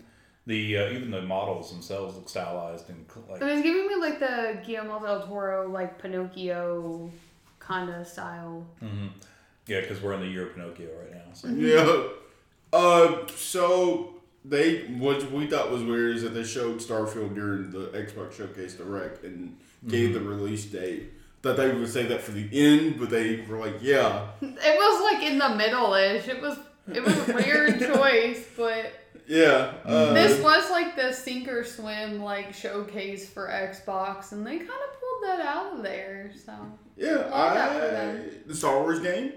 the uh, even the models themselves look stylized and cl- like
It was giving me like the Guillermo del Toro like Pinocchio kind of style.
yeah, because we're in the year of Pinocchio right now. So.
Yeah. Uh, so they what we thought was weird is that they showed Starfield during the Xbox Showcase Direct and gave the release date. Thought they would save that for the end, but they were like, "Yeah,
It was like in the middle-ish. It was it was a weird choice, but
Uh-huh.
yeah." Uh,
this was like the sink or swim like showcase for Xbox, and they kind of pulled that out of there. So
yeah,
Love that for
I,
them.
the Star Wars game.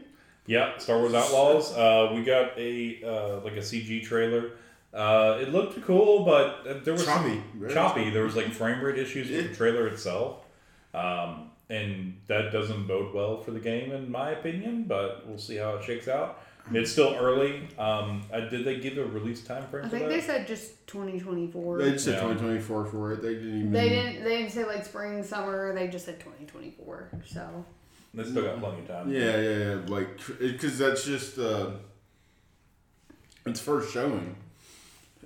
Yeah, Star Wars Outlaws. Uh, we got a uh, like a CG trailer. Uh, it looked cool, but uh, there was
Choppy.
Some, choppy. There was like frame rate issues with the trailer itself, um, and that doesn't bode well for the game, in my opinion. But we'll see how it shakes out. It's still early. Um, uh, did they give a release time frame?
I
for
think
that?
they said just 2024.
They just said
Yeah.
2024 for it. They didn't even.
They didn't. They didn't say like spring, summer. They just said 2024. So
They still got plenty of time.
Yeah, yeah, yeah. Like, because that's just uh, its first showing.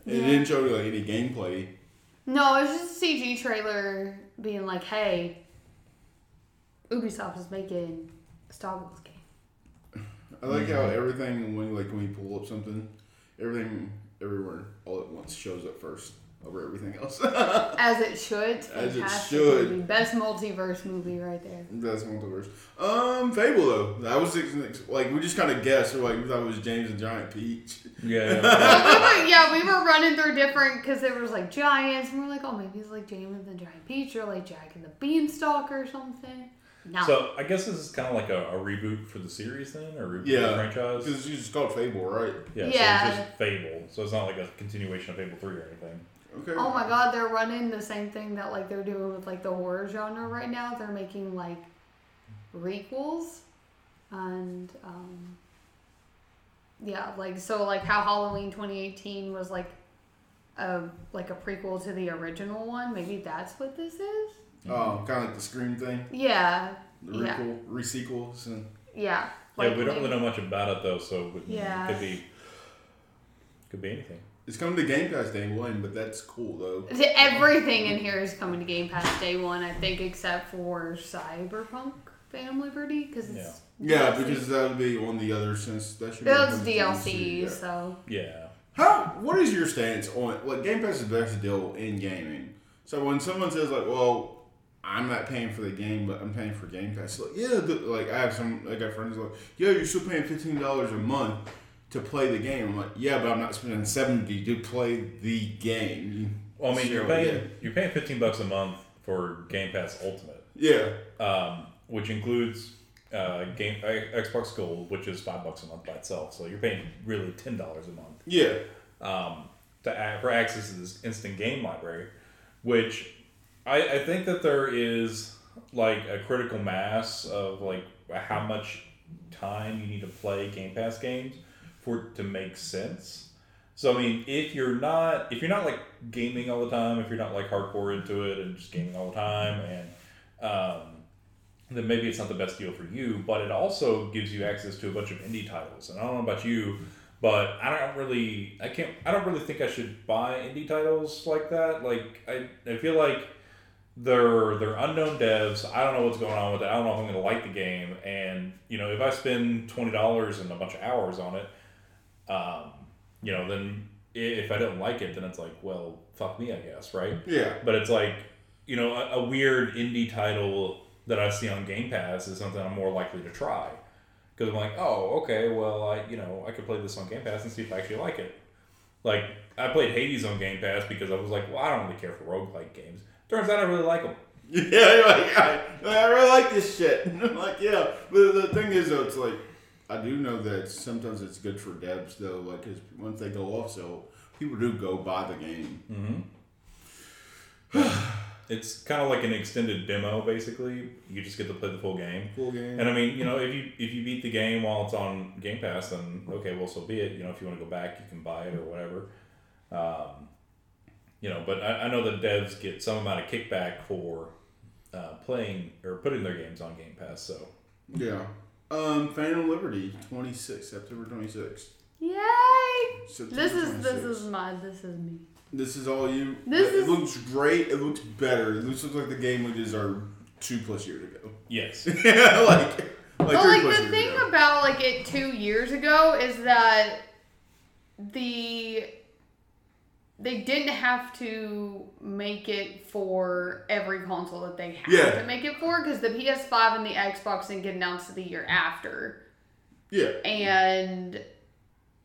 It
Yeah.
didn't show like any gameplay.
no, it was just a CG trailer being like, "Hey, Ubisoft is making a Star Wars game."
I like how
Mm-hmm.
everything when like when we pull up something, everything everywhere all at once shows up first. over everything else.
As it should. It's
As it
fantastic
should.
movie. Best multiverse movie right there.
That's multiverse. Um, Fable though, that was ex- like we just kind of guessed. Or, like we thought it was James and Giant Peach.
Yeah.
We were- yeah, we were running through different because there was like giants, and we're like, oh, maybe it's like James and the Giant Peach or like Jack and the Beanstalk or something. No.
so I guess this is kind of like a, a reboot for the series then, or reboot
Yeah,
of the franchise.
because it's just called Fable, right?
Yeah. So
Yeah.
it's just Fable, so it's not like a continuation of Fable Three or anything.
Okay.
oh my god, they're running the same thing that like they're doing with like the horror genre right now. They're making like requels and um yeah, like so like how Halloween 2018 was like a like a prequel to the original one. Maybe that's what this is.
Um, kind of like the Scream thing,
Yeah.
the
Yeah.
requel, resequels, and
Yeah.
yeah, we don't really know much about it though, so it
Yeah.
could be could be anything.
it's coming to Game Pass Day One, but that's cool though.
Everything in here is coming to Game Pass day one, I think, except for Cyberpunk Family Liberty because it's
Yeah, because that would be on the other since that should. be
Well, it's
on the
DLC,
yeah.
so
Yeah.
How? What is your stance on like Game Pass is the best deal in gaming? So when someone says like, "Well, I'm not paying for the game, but I'm paying for Game Pass," like, yeah, but, like I have some, I got friends like, "Yo, you're still paying fifteen dollars a month to play the game." I'm like, "Yeah, but I'm not spending seventy to play the game."
Well, I mean, you're
So,
paying you're paying fifteen bucks a month for Game Pass Ultimate,
Yeah. yeah.
um, which includes uh, Game uh, Xbox Gold, which is five bucks a month by itself. So you're paying really ten dollars a month
Yeah,
um, to a- for access to this instant game library, which I, I think that there is like a critical mass of like how much time you need to play Game Pass games for it to make sense. So I mean, if you're not if you're not like gaming all the time, if you're not like hardcore into it and just gaming all the time, and um, then maybe it's not the best deal for you. But it also gives you access to a bunch of indie titles. And I don't know about you, but I don't really, I can't, I don't really think I should buy indie titles like that. Like I, I feel like they're they're unknown devs. I don't know what's going on with it. I don't know if I'm going to like the game. And you know, if I spend twenty dollars and a bunch of hours on it, um, you know, then i- if I don't like it, then it's like, well, fuck me, I guess, right?
yeah.
But it's like, you know, a, a weird indie title that I see on Game Pass is something I'm more likely to try. Because I'm like, oh, okay, well, I, you know, I could play this on Game Pass and see if I actually like it. Like, I played Hades on Game Pass because I was like, well, I don't really care for roguelike games. Turns out I really like them.
Yeah, you're like, I, I really like this shit. And I'm like, yeah. But the thing is, though, it's like, I do know that sometimes it's good for devs, though, like, 'cause once they go off sale, people do go buy the game.
It's kind of like an extended demo, basically. You just get to play the full game.
Full game.
And I mean, you know, if you if you beat the game while it's on Game Pass, then okay, well, so be it. You know, if you want to go back, you can buy it or whatever. Um, you know, but I, I know that devs get some amount of kickback for uh, playing or putting their games on Game Pass. So
Mm-hmm.
yeah. Um, Phantom Liberty, 26, September 26th.
yay!
September
This is this
26th.
is my this is me.
This is all you.
This
it
is-
looks great. It looks better. It looks, looks like the game we deserved two plus years ago.
yes,
yeah, like, like,
But
three
like
plus
the
years
thing
ago.
about like it two years ago is that the they didn't have to make it for every console that they had
Yeah.
to make it for because the PS5 and the Xbox didn't get announced the year after.
yeah.
and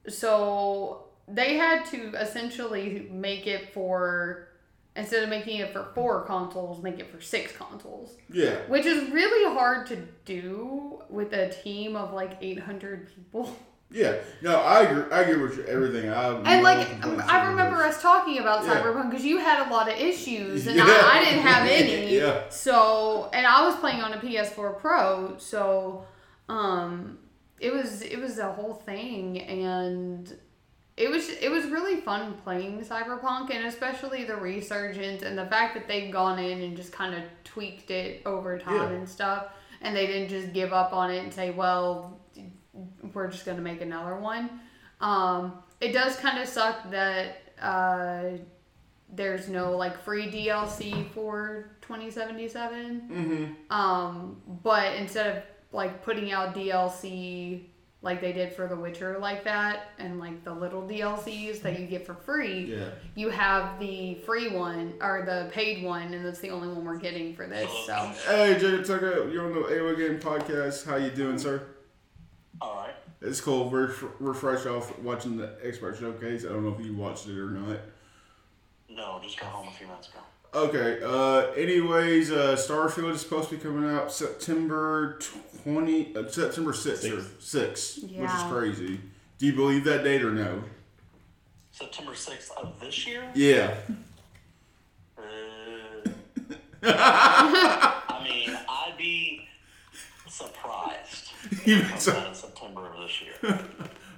so they had to essentially make it for instead of making it for four consoles make it for six consoles
Yeah.
which is really hard to do with a team of like 800 people
Yeah, no, I agree. I agree with you- everything. I
and
no
like
complaints
i
over
remember
this.
us talking about
Yeah.
cyberpunk because you had a lot of issues and
Yeah.
I, I didn't have any
Yeah.
so and i was playing on a ps4 pro so um it was it was a whole thing and it was it was really fun playing cyberpunk and especially the resurgence and the fact that they've gone in and just kind of tweaked it over time
Yeah.
and stuff and they didn't just give up on it and say well we're just gonna make another one um it does kind of suck that uh there's no like free dlc for 2077 um but instead of like putting out dlc like they did for The Witcher, like that, and like the little DLCs that you get for free.
Yeah.
You have the free one or the paid one, and that's the only one we're getting for this. So
Hey, Jacob Tucker, you're on the AOA Game Podcast. How you doing, sir?
All right.
It's cool. We're f- we're fresh off watching the Xbox Showcase. I don't know if you watched it or not.
No, just got home a few minutes ago.
Okay. Uh. Anyways, uh, Starfield is supposed to be coming out September twenty, uh, September sixth or six, which is
Yeah.
crazy. Do you believe that date or no?
September 6th of this year?
Yeah.
Uh, I mean, I'd be surprised if
You
it comes
sur-
out in September of this year.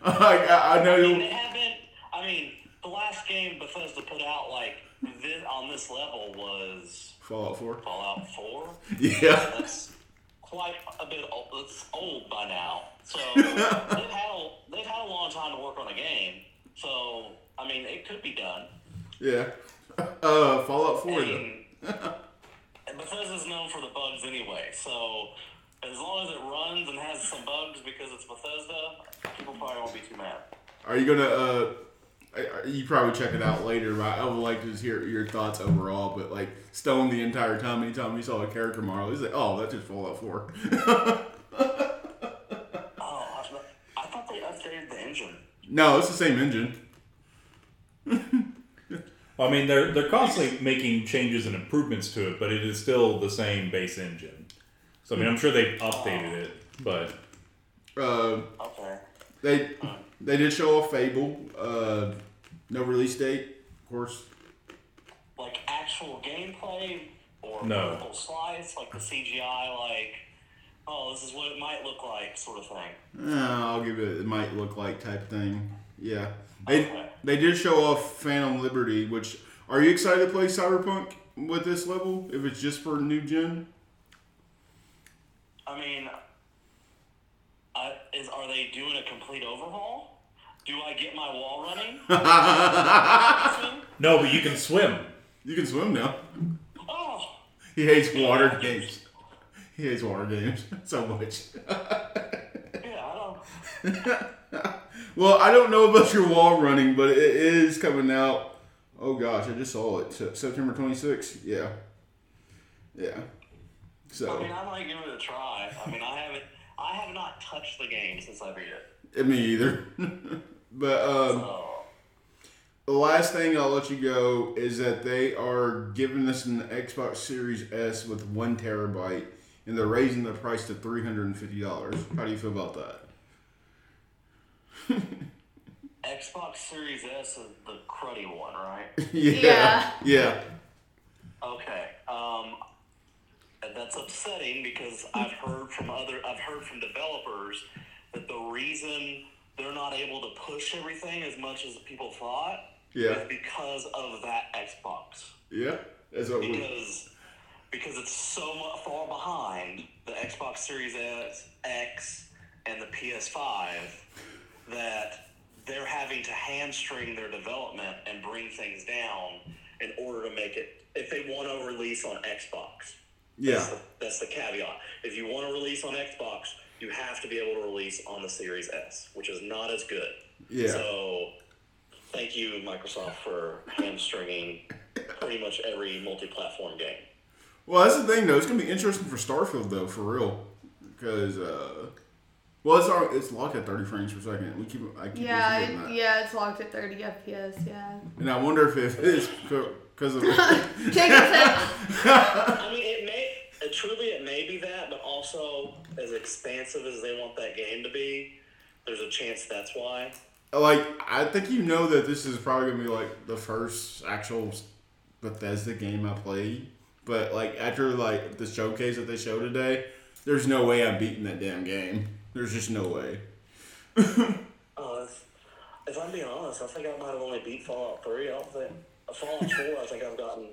I, I, I know.
I mean, they
You'll,
haven't. I mean, the last game Bethesda put out like this, on this level was
Fallout Four.
Fallout Four.
Yeah.
That's quite a bit. Old, that's old by now. So they've had a, they've had a long time to work on a game. So I mean, it could be done.
Yeah. Uh. Fallout Four. Though.
And, and Bethesda's known for the bugs anyway. So as long as it runs and has some bugs because it's Bethesda, people probably won't be too mad.
Are you gonna? Uh, I- I- you probably check it out later, but I would like to just hear your thoughts overall. But like Stone, the entire time, anytime he saw a character model, he's like, "Oh, that's just Fallout 4.
Oh, I thought- I thought they updated the engine.
no, it's the same engine.
I mean, they're they're constantly making changes and improvements to it, but it is still the same base engine. So I mean, I'm sure they've updated it, but
Uh,
Okay.
they they did show off Fable. Uh, no release date, of course.
Like actual gameplay or
No.
vertical slides, like the CGI, like oh, this is what it might look like, sort of thing.
Uh, I'll give it. It might look like type thing. Yeah, they they did show off Phantom Liberty. Which are you excited to play Cyberpunk with this level? If it's just for new gen.
I mean, I, is are they doing a complete overhaul? Do I get my wall running?
no, but you can swim.
You can swim now.
oh,
He hates water games. He hates water games so much.
yeah, I don't.
Well, I don't know about your wall running, but it is coming out. Oh gosh, I just saw it. Se- September 26th. Yeah. Yeah.
I mean,
So,
I might give it a try. I mean, I haven't. I have not touched the game since I beat it.
eh,
Oh,
me either. but um,
So,
the last thing I'll let you go is that they are giving us an Xbox Series S with one terabyte, and they're raising the price to three hundred and fifty dollars. How do you feel about that?
Xbox Series S is the cruddy one, right?
yeah. Yeah.
Okay. Um, and that's upsetting because I've heard from other I've heard from developers that the reason they're not able to push everything as much as people thought
Yeah.
is because of that Xbox.
Yeah. That's what we.
Because because it's so mu- far behind the Xbox Series S, X, and the PS5 that they're having to hamstring their development and bring things down in order to make it if they want to release on Xbox.
Yeah.
That's the, that's the caveat. If you want to release on Xbox, you have to be able to release on the Series S, which is not as good.
Yeah.
So, thank you, Microsoft, for hamstringing pretty much every multi-platform game.
Well, that's the thing though. It's gonna be interesting for Starfield though, for real, because uh, well, it's our, it's locked at thirty frames per second. We keep I keep
yeah,
forgetting that.
it, yeah, it's locked at 30 FPS. Yeah.
And I wonder if it is because of
Jacob said,
I mean, it may uh, truly it may be that, but also as expansive as they want that game to be, there's a chance that's why.
like I think you know that this is probably gonna be like the first actual Bethesda game I played, but like after like the showcase that they showed today, there's no way I'm beating that damn game. There's just no way.
Uh, if, if I'm being honest, I think I might have only beat Fallout 3. I don't think. uh, Fallout 4, I think I've gotten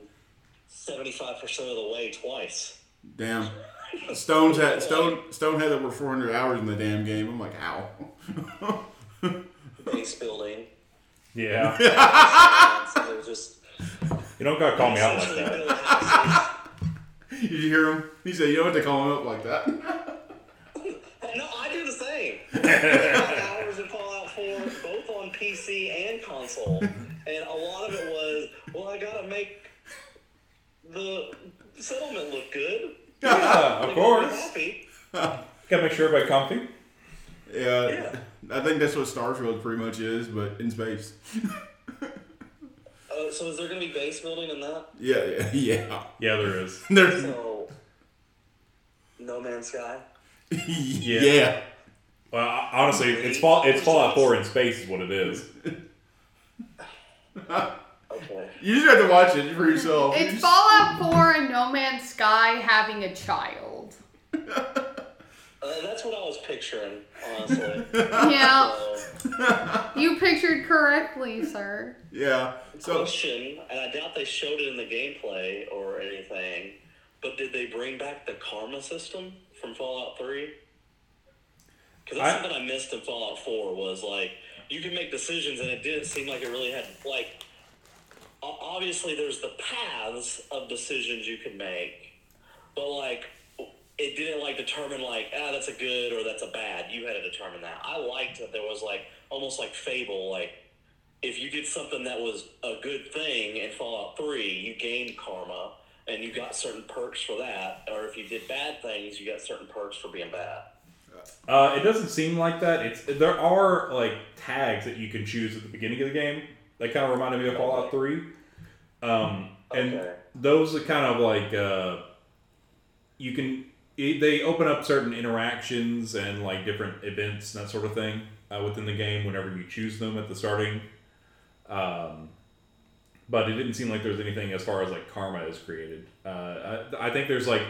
75% of the way twice.
Damn. Stone's had Stone Stone had over 400 hours in the damn game. I'm like, how?
Base building.
Yeah,
So they're just.
you don't gotta call me out like
essentially
that.
building houses.
Did you hear him? He said, "You don't have to call him up like that."
No, I do the same. PC and console, and a lot of it was, well, I gotta make the settlement look good.
Yeah,
Like,
of
I'm
course.
Happy.
Gotta make sure everybody comfy.
Yeah,
Yeah.
I think that's what Starfield pretty much is, but in space.
Uh, so is there gonna be base building in that?
Yeah, yeah, yeah.
Yeah, there is.
There's,
So, No Man's Sky.
yeah.
Well, I- honestly, it's fall, it's Fallout Four in space is what it is.
Okay.
You just have to watch it for yourself.
It's Fallout 4 and No Man's Sky having a child.
Uh, that's what I was picturing, honestly. Um,
Yeah,
So,
you pictured correctly, sir.
Yeah. So
question, and I doubt they showed it in the gameplay or anything, but did they bring back the karma system from Fallout 3? Because that's
I-
something I missed in Fallout 4 was like, you can make decisions, and it didn't seem like it really had, like, o- obviously there's the paths of decisions you can make, but like, it didn't like determine like ah that's a good or that's a bad. You had to determine that. I liked that there was like almost like fable like if you did something that was a good thing in Fallout 3, you gained karma and you got certain perks for that. Or if you did bad things, you got certain perks for being bad.
Uh, it doesn't seem like that. It's there are like tags that you can choose at the beginning of the game. That kind of reminded me of Fallout Three, um, and
Okay.
those are kind of like uh, you can it, they open up certain interactions and like different events and that sort of thing uh, within the game whenever you choose them at the starting. Um, but it didn't seem like there's anything as far as like karma is created. Uh, I, I think there's like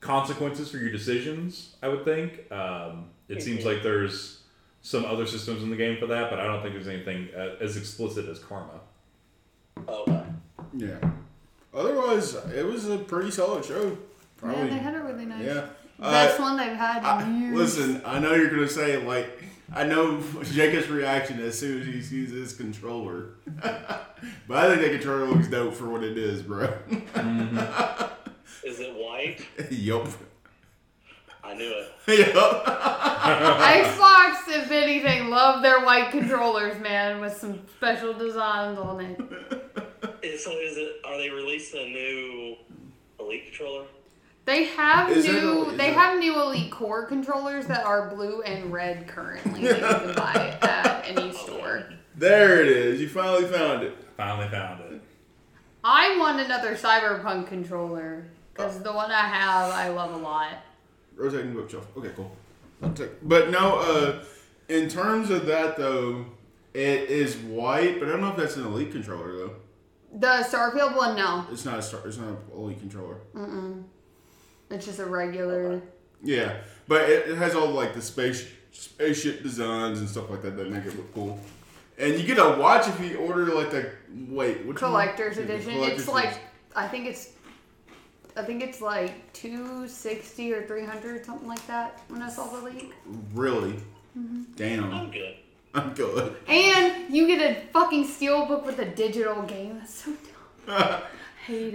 consequences for your decisions. I would think. Um, it seems like there's some other systems in the game for that, but I don't think there's anything uh, as explicit as karma.
Okay.
yeah. Otherwise, it was a pretty solid show. Probably.
Yeah, they had a really nice.
Yeah.
Best
Uh,
one they've had
I-
in years.
listen, I know you're gonna say like, I know Jacob's reaction as soon as he sees his controller, but I think that controller looks dope for what it is, bro.
Is it white?
yup.
I knew it.
yup.
Xbox, if anything, love their white controllers, man, with some special designs on it.
Is, so is it? Are they releasing a new Elite controller?
They have
Is it
new.
a- is
they
it-
have new Elite Core controllers that are blue and red currently. that you can buy at any store.
There it is. You finally found it.
Finally found it.
I want another Cyberpunk controller because the one I have, I love a lot.
rotating bookshelf. Okay, cool. I'll take- But no, uh, in terms of that though, it is white, but I don't know if that's an elite controller though.
The Starfield one, no,
It's not a star. It's not an elite controller.
it's just a regular.
Yeah, but it, it has all like the space spaceship designs and stuff like that that make it look cool. And you get to watch if you order like the wait which one?
collector's
Yeah, the
edition.
collector's
it's like
edition.
I think it's I think it's like two sixty or three hundred something like that when I saw the leak.
really.
Mm-hmm.
I'm
Damn,
good.
I'm good.
And you get a fucking steelbook with a digital game. That's so dumb. Hate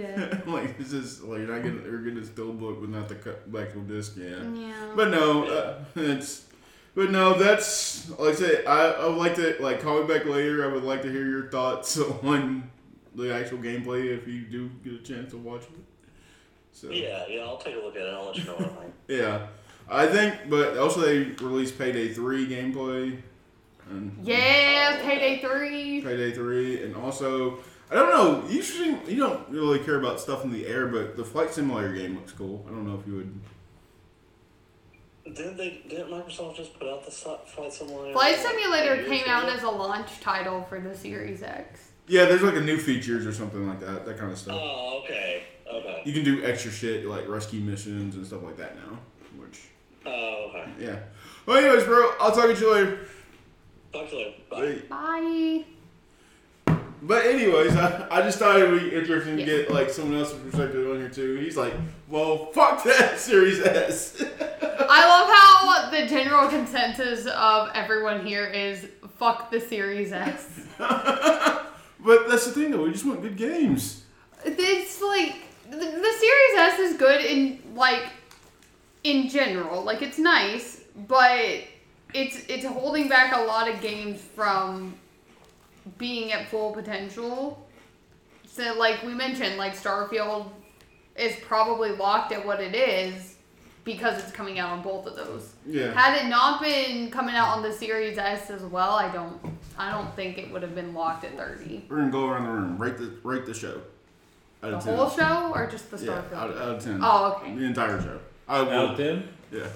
it.
like this is like you're not getting you're getting a still book with not the cut back of disc yet.
Yeah.
But no, uh, it's but no, that's like I say, I, I would like to like call me back later. I would like to hear your thoughts on the actual gameplay if you do get a chance to watch it. So
Yeah, yeah. I'll take a look at it. I'll let you know what I think.
yeah. I think but also they released Payday Three gameplay. And
Yeah, payday three.
Payday Three, and also I don't know. You should, you don't really care about stuff in the air, but the flight simulator game looks cool. I don't know if you would.
Did they? Did Microsoft just put out the si- Flight Simulator?
Flight
like,
Simulator
years
came
ago?
out as a launch title for the Series X.
Yeah, there's like a new features or something like that. That kind of stuff.
Oh, okay. Okay.
You can do extra shit like rescue missions and stuff like that now. Which
Oh, okay.
yeah. Well, anyways, bro, I'll talk to you later.
Talk to you later. Bye.
Hey.
Bye.
But anyways, I, I just thought it would be interesting to
Yeah.
get like someone else's perspective on here too. He's like, well, fuck that Series S.
I love how the general consensus of everyone here is fuck the Series X.
but that's the thing though, we just want good games.
It's like the, the Series S is good in like in general. Like it's nice, but it's it's holding back a lot of games from being at full potential. So, like we mentioned, like Starfield is probably locked at what it is because it's coming out on both of those.
Yeah.
Had it not been coming out on the Series S as well, I don't, I don't think it would have been locked at thirty.
We're gonna go around the room. Rate the rate the show. Out
The
of
whole show or just the
Yeah,
Starfield?
out, out of ten.
Oh, okay.
The entire show. I
Out
would.
of ten.
Yeah,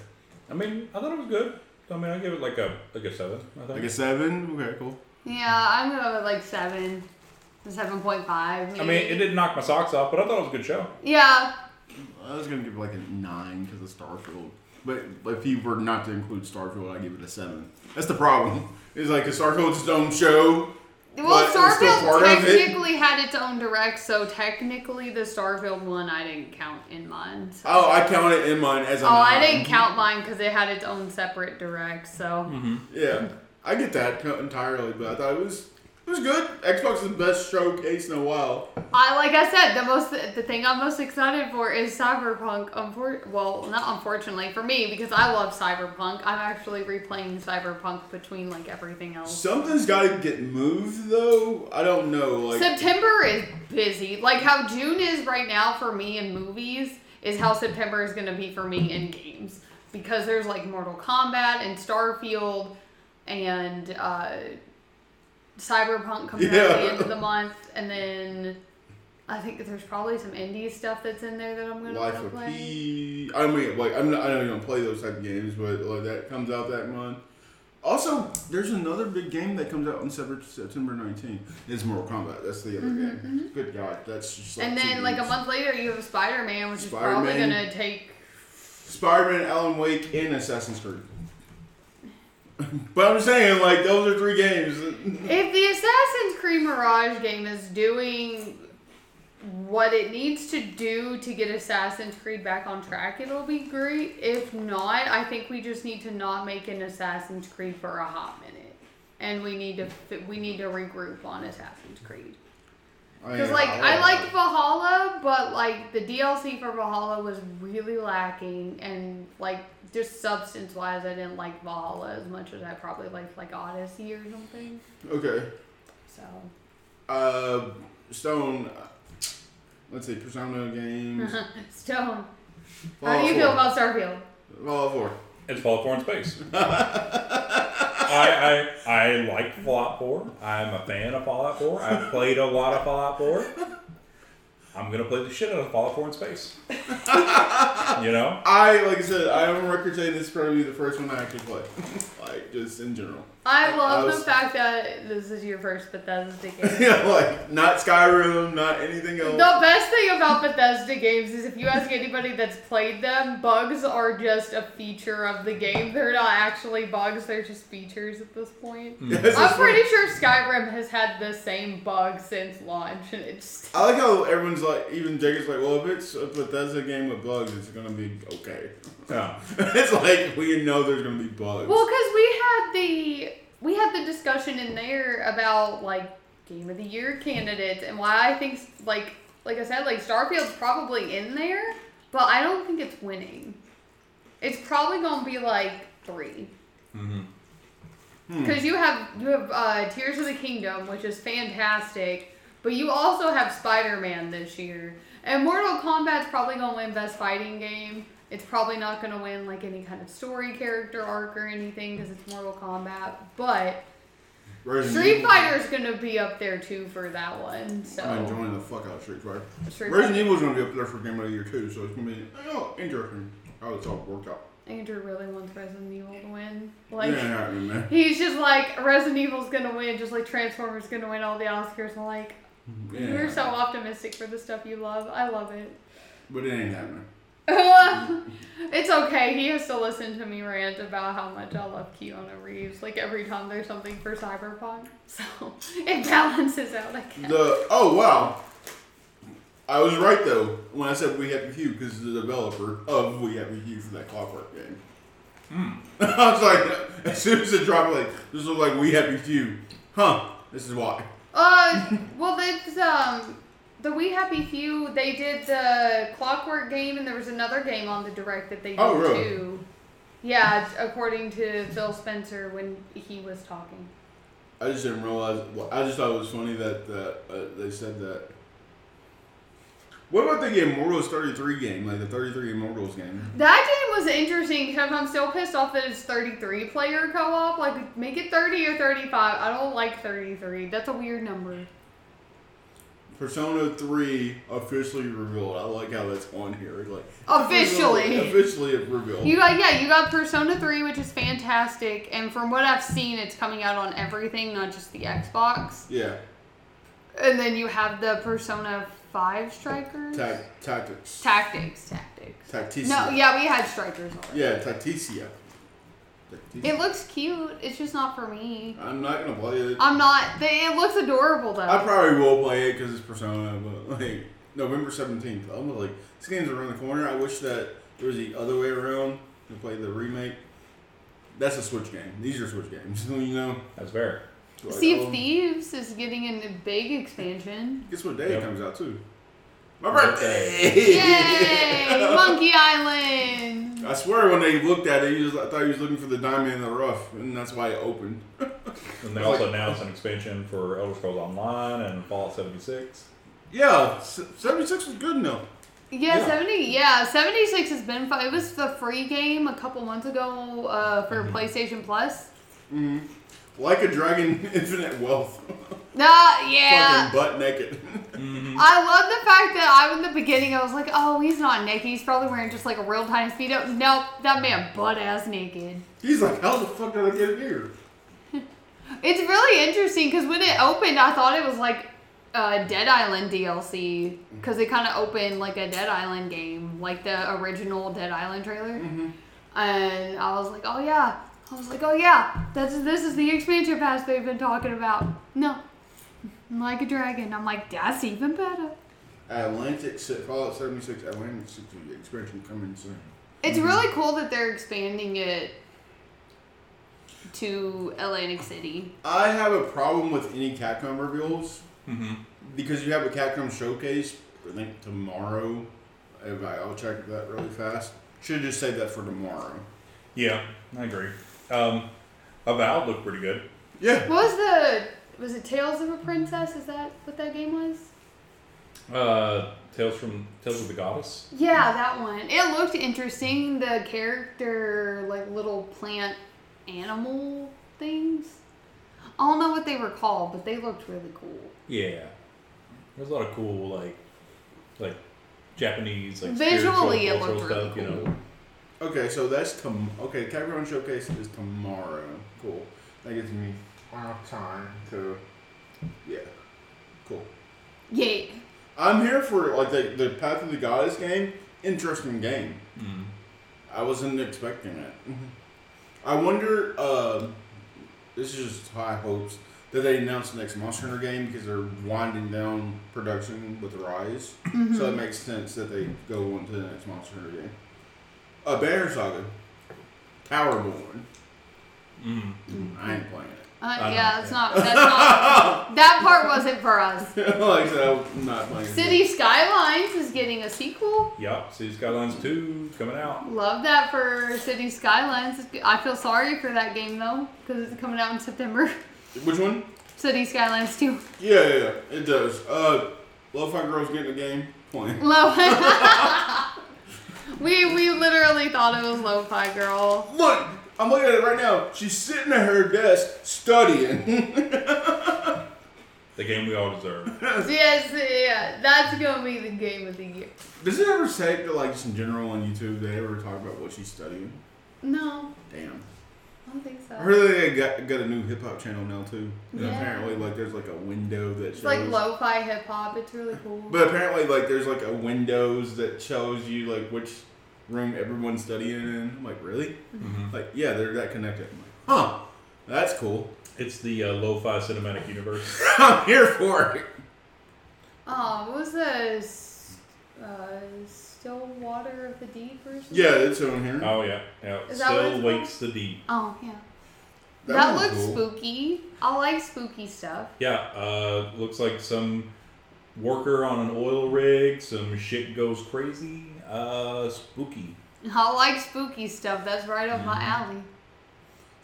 I mean, I thought it was good. I mean, I give it like a like a seven. I think.
like a seven. Okay, cool.
Yeah, I'm gonna go with like seven, seven point five.
I mean, it didn't knock my socks off, but I thought it was a good show.
yeah,
I was gonna give it like a nine because of Starfield. But if you were not to include Starfield, I give it a seven. That's the problem. It's like a Starfield's its own show.
Well,
but it's still part
Starfield
of it.
technically had its own direct, so technically the Starfield one I didn't count in mine. So.
Oh, I count it in mine as a
Oh, I
nine.
didn't count mine because it had its own separate direct. So
Mm-hmm. Yeah, I get that co- entirely, but I thought it was it was good. Xbox is the best showcase in a while.
I, like I said, the most the thing I'm most excited for is Cyberpunk. Unfor- well, not unfortunately for me because I love Cyberpunk. I'm actually replaying Cyberpunk between like everything else.
Something's got to get moved though. I don't know. Like
September is busy. Like how June is right now for me in movies is how September is going to be for me in games because there's like Mortal Kombat and Starfield and uh, Cyberpunk coming out at
Yeah.
the end of the month, and then I think there's probably some indie stuff that's in there that I'm going
Life
to
of
play.
P. I mean, like I'm not, I don't even play those type of games, but like that comes out that month. Also, there's another big game that comes out on September September 19th. It's Mortal Kombat. That's the other game. Good God, that's just like
Mm-hmm, And
two
then like a
weeks.
month later, you have Spider Man, which is probably
Spider-Man.
going to take.
Spider-Man, Alan Wake, and Assassin's Creed. but I'm saying like those are three games.
If the Assassin's Creed Mirage game is doing what it needs to do to get Assassin's Creed back on track, it'll be great. If not, I think we just need to not make an Assassin's Creed for a hot minute, and we need to fi- we need to regroup on Assassin's Creed. Because like I liked Valhalla, but like the DLC for Valhalla was really lacking, and like just substance wise, I didn't like Valhalla as much as I probably liked like Odyssey or something.
Okay.
So.
Uh, Stone. uh, Let's see. Persona games.
Stone. How
Fallout
do you
4.
feel about Starfield?
Fallout 4.
It's Fallout 4 in space. I, I I like Fallout 4. I'm a fan of Fallout 4. I've played a lot of Fallout 4. I'm gonna play the shit out of Fallout 4 in space. you know,
I like I said. I am on record saying this is probably the first one I actually play. like just in general.
I love
was-
the fact that this is your first Bethesda game.
yeah, like not Skyrim, not anything else.
The best thing about Bethesda games is if you ask anybody that's played them, bugs are just a feature of the game. They're not actually bugs, they're just features at this point.
Yes,
I'm
it's
pretty sure Skyrim has had the same bug since launch, and it's
I like how everyone's like, even Jacob's like, well, if it's a Bethesda game with bugs, it's gonna be okay.
Yeah.
it's like we know there's gonna be bugs.
Well, because we had the we had the discussion in there about like game of the year candidates and why I think like like I said like Starfield's probably in there, but I don't think it's winning. It's probably gonna be like three.
Hmm.
Because you have you have uh, Tears of the Kingdom, which is fantastic, but you also have Spider Man this year, and Mortal Kombat's probably gonna win Best Fighting Game. It's probably not gonna win like any kind of story character arc or anything because it's Mortal Kombat, but
Resident
Street
Evil-
Fighter's gonna be up there too for that one.
I'm
So
enjoying the fuck out of Street Fighter.
Street
Resident
Fighter.
Evil's gonna be up there for Game of the Year too, so it's gonna be oh interesting how it's all worked out.
Andrew really wants Resident Evil to win. Like
yeah, yeah, I mean, man.
he's just like Resident Evil's gonna win, just like Transformers gonna win all the Oscars. I'm like
Yeah.
you're so optimistic for the stuff you love. I love it.
But it ain't happening.
it's okay. He has to listen to me rant about how much I love Keanu Reeves. Like every time there's something for Cyberpunk, so it balances out. I guess.
The oh wow, I was right though when I said We Happy Few because the developer of We Happy Few for that Clockwork game. I was like, as soon as it dropped, like this looks like We Happy Few, huh? This is why.
Uh, well, it's um, the We Happy Few. They did the Clockwork game, and there was another game on the direct that they did
Oh, really?
too. Yeah, it's according to Phil Spencer when he was talking.
I just didn't realize. well, I just thought it was funny that uh, uh, they said that. What about the Immortals 33 game? Like the 33 Immortals game?
That game was interesting because I'm still pissed off that it's 33 player co op. Like, make it 30 or 35. I don't like 33. That's a weird number.
Persona 3 officially revealed. I like how that's on here. Like
Officially.
Officially revealed.
You got, yeah, you got Persona 3, which is fantastic. And from what I've seen, it's coming out on everything, not just the Xbox.
yeah.
And then you have the Persona 5 Strikers?
Tac- tactics.
Tactics, tactics.
Tacticia.
No, yeah, we had Strikers already.
Yeah, Tacticia. Tacticia.
It looks cute. It's just not for me.
I'm not gonna play it.
I'm not. They, it looks adorable though.
I probably will play it because it's Persona, but like November 17th. I'm like, this game's around the corner. I wish that it was the other way around and play the remake. That's a Switch game. These are Switch games, you know.
That's fair.
Like,
sea of
oh,
Thieves is getting a big expansion.
Guess what day
Yep.
it comes out too? My
Okay.
birthday.
Yay! Monkey Island.
I swear, when they looked at it, he was, I thought he was looking for the diamond in the rough, and that's why it opened.
And they also announced an expansion for Elder Scrolls Online and Fallout 76.
yeah, s- 76 was good enough.
Yeah,
Yeah.
seventy. Yeah, seventy six has been fun. It was the free game a couple months ago uh, for PlayStation Plus.
Like a dragon, infinite wealth.
Nah, yeah.
Fucking butt naked.
I love the fact that I, in the beginning, I was like, "Oh, he's not naked. He's probably wearing just like a real tiny speedo." Nope, that man butt ass naked.
He's like, how the fuck did I get here?
It's really interesting because when it opened, I thought it was like a Dead Island DLC because it kind of opened like a Dead Island game, like the original Dead Island trailer. And I was like, oh yeah. I was like, oh yeah, that's this is the expansion pass they've been talking about. No, I'm like a dragon. I'm like that's even better.
Atlantic Si- Fallout 76 Atlantic City expansion coming soon.
It's really cool that they're expanding it to Atlantic City.
I have a problem with any Capcom reveals
Mm-hmm.
because you have a Capcom showcase. I think tomorrow. If I, I'll check that really fast. Should just save that for tomorrow.
Yeah, I agree. Um, Avowed looked pretty good.
Yeah.
What was the was it Tales of a Princess? Is that what that game was?
Uh, Tales from Tales of the Goddess.
Yeah, that one. It looked interesting. The character, like little plant animal things. I don't know what they were called, but they looked really cool.
Yeah, there's a lot of cool like, like Japanese like
Visually, it
spiritual,
looked
cultural
really
stuff,
cool.
You know,
Okay, so that's tom. Okay, Capcom showcase is tomorrow. Cool. That gives me enough time to. Yeah. Cool.
Yeah.
I'm here for like the, the Path of the Goddess game. Interesting game. I wasn't expecting it. I wonder. Uh, this is just high hopes that they announce the next Monster Hunter game because they're winding down production with Rise, so it makes sense that they go on to the next Monster Hunter game. A Banner Saga, Towerborn.
Mm.
I ain't playing it.
Uh,
I
yeah,
know,
it's
yeah.
not. That's not. that part wasn't for us.
like I said, I'm not playing it.
City Skylines is getting a sequel.
Yep, City Skylines two coming out.
Love that for City Skylines. I feel sorry for that game though, because it's coming out in September.
Which one?
City Skylines 2.
Yeah, yeah, yeah, it does. Uh, Lo-Fi Girls getting a game. Playing.
Low. we we literally thought it was lo-fi girl.
Look, I'm looking at it right now. She's sitting at her desk studying.
The game we all deserve.
Yes, yeah, that's gonna be the game of the year.
Does it ever say that, like, just in general on YouTube, they ever talk about what she's studying?
No,
Damn.
I don't think so.
I heard they got, got a new hip hop channel now too. And
Yeah.
apparently, like, there's like a window that shows.
It's like lo-fi hip hop. It's really cool.
But apparently, like, there's like a windows that shows you like which room everyone's studying in. I'm like, really?
Mm-hmm.
Like, yeah, they're that connected. I'm like, huh? That's cool.
It's the uh, lo-fi cinematic universe.
I'm here for it.
oh, what was this? Uh, still water of the deep or something?
Yeah, it's on here.
Oh yeah, yeah.
Is that what
Still
it's
wakes the deep.
Oh yeah. That,
That one's
looks
cool.
spooky. I like spooky stuff.
Yeah, uh, looks like some worker on an oil rig. Some shit goes crazy. Uh, spooky.
Mm-hmm.
I like spooky stuff. That's right up my alley.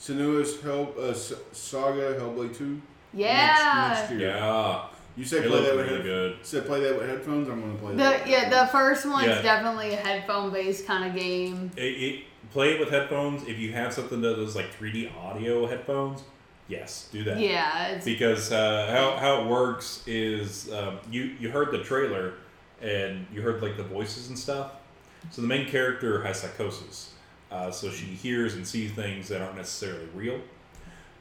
Senua's Hell uh, S- Saga Hellblade Two.
Yeah.
Next, next year.
Yeah.
You said
It
play
looked
that with
really
head-
good.
Said play that with headphones. I'm gonna play
The
that.
yeah, the first one's
Yeah.
definitely a headphone based kind of game.
It, it, play it with headphones. If you have something that is like 3D audio headphones, yes, do that.
Yeah, it's
Because uh, how, how it works is um, you, you heard the trailer and you heard like the voices and stuff. So the main character has psychosis. Uh, so she hears and sees things that aren't necessarily real.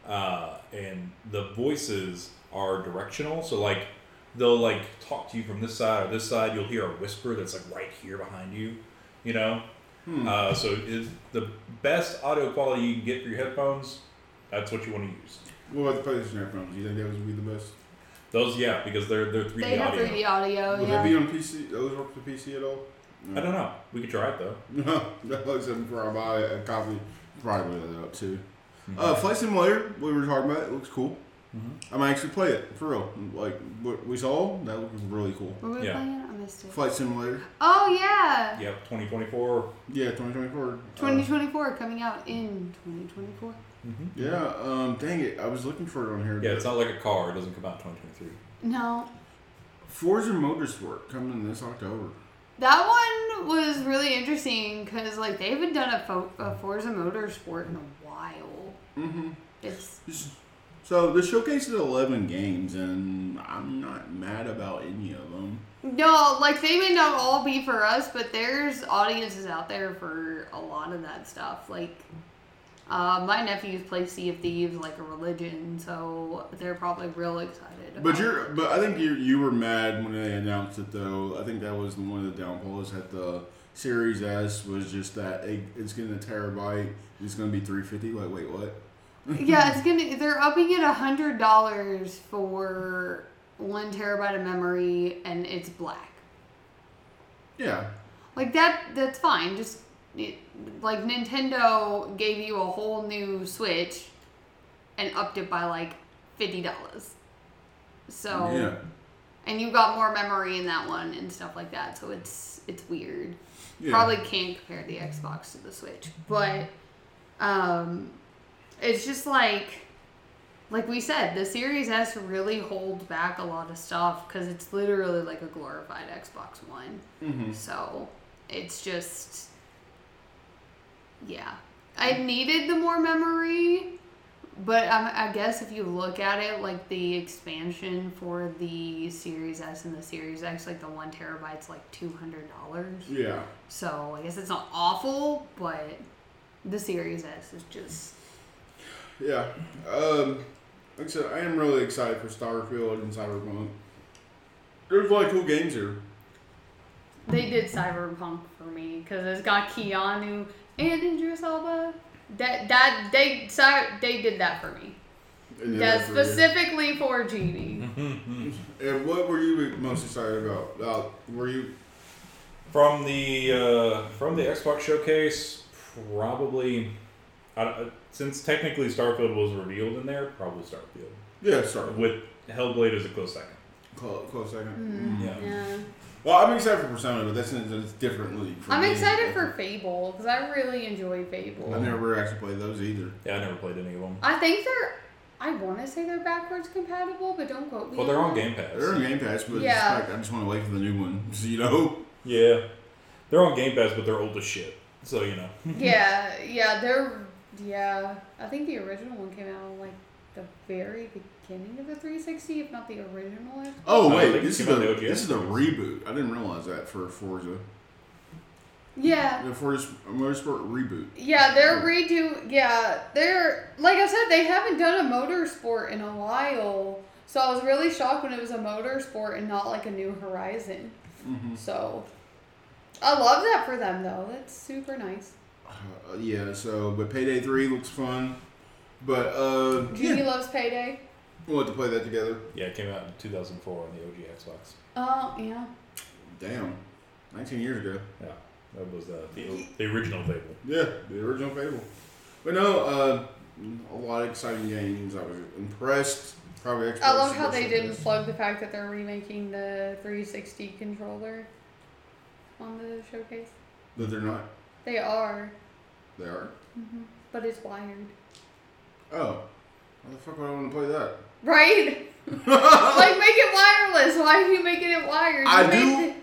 Uh, and the voices are directional. So like they'll like talk to you from this side or this side. You'll hear a whisper that's like right here behind you. You know. Uh, so it, the best audio quality you can get for your headphones, that's what you want to use.
What about the PlayStation headphones? You think that would be the best?
Those, yeah, because they're they're 3D
they have
audio.
3D audio.
Would
Oh, yeah.
it be on PC? Those work for PC at all?
I don't know. We could try it though.
No, that looks like before I buy a copy. Probably look that up too.
Mm-hmm.
Uh, Flight Simulator, we were talking about. It looks cool. I'm gonna actually play it for real. Like what we saw, that looked really cool.
Were we
Yeah.
playing it? I missed it.
Flight Simulator,
Oh yeah.
Yep, 2024.
yeah, 2024. Uh,
2024 coming out in 2024.
yeah, um, dang it, I was looking for it on here.
Yeah,
but-
it's not like a car. It doesn't come out in 2023.
No.
Forza Motorsport coming this October.
That one was really interesting because like they haven't done a, fo- a Forza Motorsport in a while.
Mm-hmm.
It's
So the showcase is 11 games, and I'm not mad about any of them.
no, like they may not all be for us, but there's audiences out there for a lot of that stuff. Like, uh, my nephews play Sea of Thieves like a religion, so they're probably real excited.
But
about it.
you're, but I think you you were mad when they announced it though. I think that was one of the downfalls that the Series S was just that it, it's getting a terabyte. It's going to be 350. Like wait, what?
yeah, it's gonna. They're upping it a hundred dollars for one terabyte of memory, and it's black.
Yeah,
Like that. That's fine. Just it, like Nintendo gave you a whole new Switch, and upped it by like fifty dollars. So
yeah.
and you got more memory in that one and stuff like that. So it's it's weird.
Yeah.
Probably can't compare the Xbox to the Switch, but um, it's just like like we said, the Series S really holds back a lot of stuff because it's literally like a glorified Xbox One.
Mm-hmm.
So it's just, yeah. I needed the more memory, but I, I guess if you look at it, like the expansion for the Series S and the Series X, like the one terabyte's like two hundred dollars.
Yeah.
So I guess it's not awful, but the Series S is just
Yeah. Um, like I said, I am really excited for Starfield and Cyberpunk. There's a lot of cool games here.
They did Cyberpunk for me because it's got Keanu and Idris Elba. That that they cy- they did that for me.
And
That's
for you.
specifically for Genie.
And what were you most excited about? About were you?
From the uh, from the Xbox showcase, probably I, don't- since technically Starfield was revealed in there, probably Starfield
Yeah, sorry.
with Hellblade as a close second.
Close, close second. Mm-hmm.
Hmm.
Yeah.
Yeah.
Well, I'm excited for Persona, but that's in a different league. for
I'm
me.
excited for Fable because I really enjoy Fable.
I never actually played those either.
Yeah, I never played any of them.
I think they're. I want to say they're backwards compatible, but don't quote me.
Well, they're on
that.
Game Pass.
They're in Game Pass, but
Yeah.
it's like, I just want to wait for the new one. So, you know,
Yeah, they're on Game Pass, but they're old as shit. So you know.
Yeah, yeah, they're. Yeah, I think the original one came out like the very beginning of the 360, if not the original. Xbox.
oh
I
wait,
think
this
it
is
Uh, came
the
out on the OGN.
this is the reboot. I didn't realize that for Forza.
Yeah.
The Forza Motorsport reboot.
Yeah, they're redo. Yeah, they're like I said, they haven't done a motorsport in a while. So I was really shocked when it was a motorsport and not like a New Horizon. So I love that for them though. That's super nice.
Uh, yeah. So, but Payday Three looks fun. But uh,
Genie
yeah,
loves Payday.
we'll have to play that together.
Yeah, it came out in 2004 on the OG Xbox.
Oh yeah.
Damn, 19 years ago.
Yeah, that was uh, the, the original Fable.
Yeah, the original Fable. But no, uh, a lot of exciting games. I was impressed. Probably.
I love how
Xbox
they didn't
showcase.
plug the fact that they're remaking the 360 controller on the showcase.
But they're not.
They are,
They are.
but it's wired.
Oh, why the fuck would I want to play that?
Right? like, make it wireless. Why are you making it wired? You
I do-
made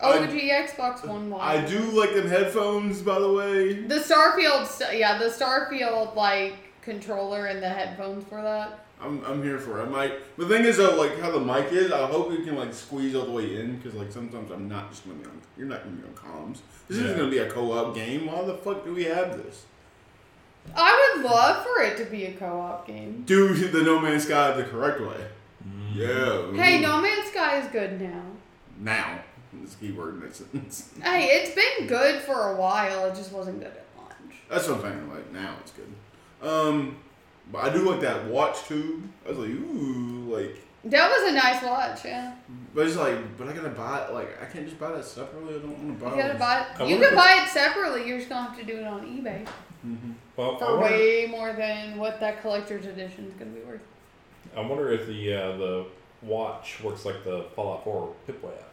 the
I-
OG Xbox One
I
wired.
do like them headphones, by the way.
The Starfield, st- yeah, the Starfield, like, controller and the headphones for that.
I'm, I'm here for it. I might. The thing is though, like how the mic is, I hope it can like squeeze all the way in because like sometimes I'm not just gonna be on. You're not gonna be on comms. This
Yeah.
isn't gonna be a co-op game. Why the fuck do we have this?
I would love for it to be a co op game.
Do the No Man's Sky the correct way. Yeah.
Hey, No Man's Sky is good now.
Now. This keyword in that sentence.
Hey, it's been good for a while. It just wasn't good at launch.
That's what I'm saying. Like now it's good. Um, but I do like that watch too. I was like, ooh, like.
That was a nice watch, yeah.
But it's like, but I gotta buy it. Like I can't just buy that separately. I don't want to buy.
You gotta
all
buy
Oh. I
it. You
wonder
can
if-
buy it separately. You're just gonna have to do it on eBay
Well, I
for
wonder-
way more than what that collector's edition is gonna be worth.
I wonder if the uh, the watch works like the Fallout 4 Pipboy app.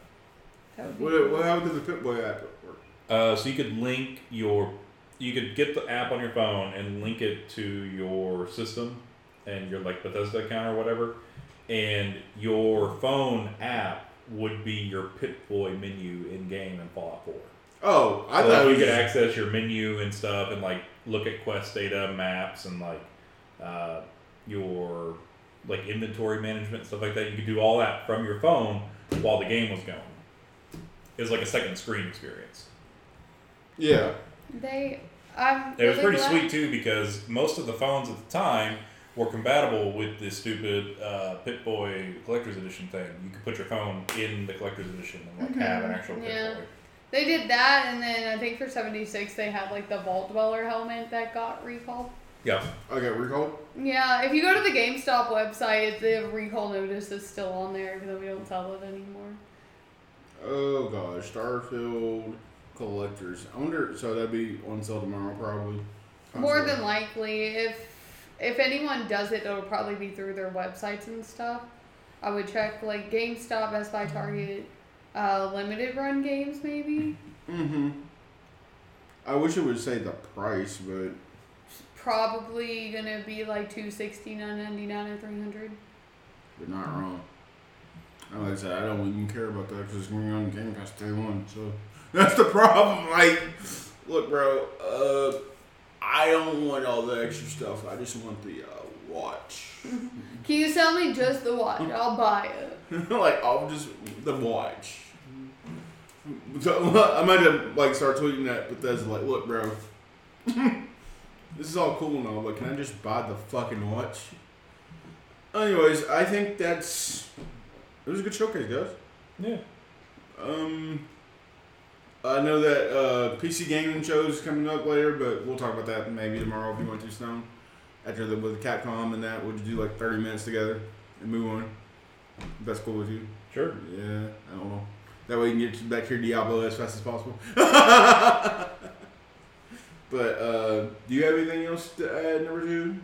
That would be
What, what happened to the Pitboy app at work?
Uh, so you could link your, you could get the app on your phone and link it to your system, and your like Bethesda account or whatever, and your phone app would be your Pip-Boy menu in game in Fallout 4.
Oh, I thought
So, like,
it
you
was
could
just-
access your menu and stuff, and like look at quest data, maps, and like uh, your like inventory management stuff like that. You could do all that from your phone while the game was going. It was like a second screen experience.
yeah.
They, I'm.
It was
really
pretty
glad-
sweet too because most of the phones at the time were compatible with this stupid uh, Pit Boy Collector's Edition thing. You could put your phone in the Collector's Edition and like have an actual
Yeah.
Pit Boy.
They did that, and then I think for '76 they had like the Vault Dweller helmet that got recalled.
Yeah,
I got recalled.
Yeah, if you go to the GameStop website, the recall notice is still on there even though we don't sell it anymore.
Oh gosh, Starfield collectors. I wonder. So that'd be on sale tomorrow, probably.
More
Console.
than likely, if if anyone does it, it'll probably be through their websites and stuff. I would check like GameStop, Best Buy, Target, uh, limited run games maybe.
Mhm. I wish it would say the price, but
Probably gonna be like two sixty, nine ninety nine, or three hundred.
you're not wrong. And Like I said, I don't even care about that because it's going on Game Pass day one. So that's the problem. Like, look, bro. Uh, I don't want all the extra stuff. I just want the uh, watch.
Can you sell me just the watch? I'll buy it.
like I'll just the watch. So I might have like start tweeting that Bethesda like, look, bro, this is all cool and all, but can I just buy the fucking watch? Anyways, I think that's it was a good showcase, guys.
yeah.
Um, I know that uh, PC gaming shows coming up later, but we'll talk about that maybe tomorrow if you want to, Stone. After the with Capcom and that, we'll just do like thirty minutes together and move on. If that's cool with you.
Sure.
Yeah, I don't know. That way you can get back to your Diablo as fast as possible. but uh, do you have anything else to add, number two?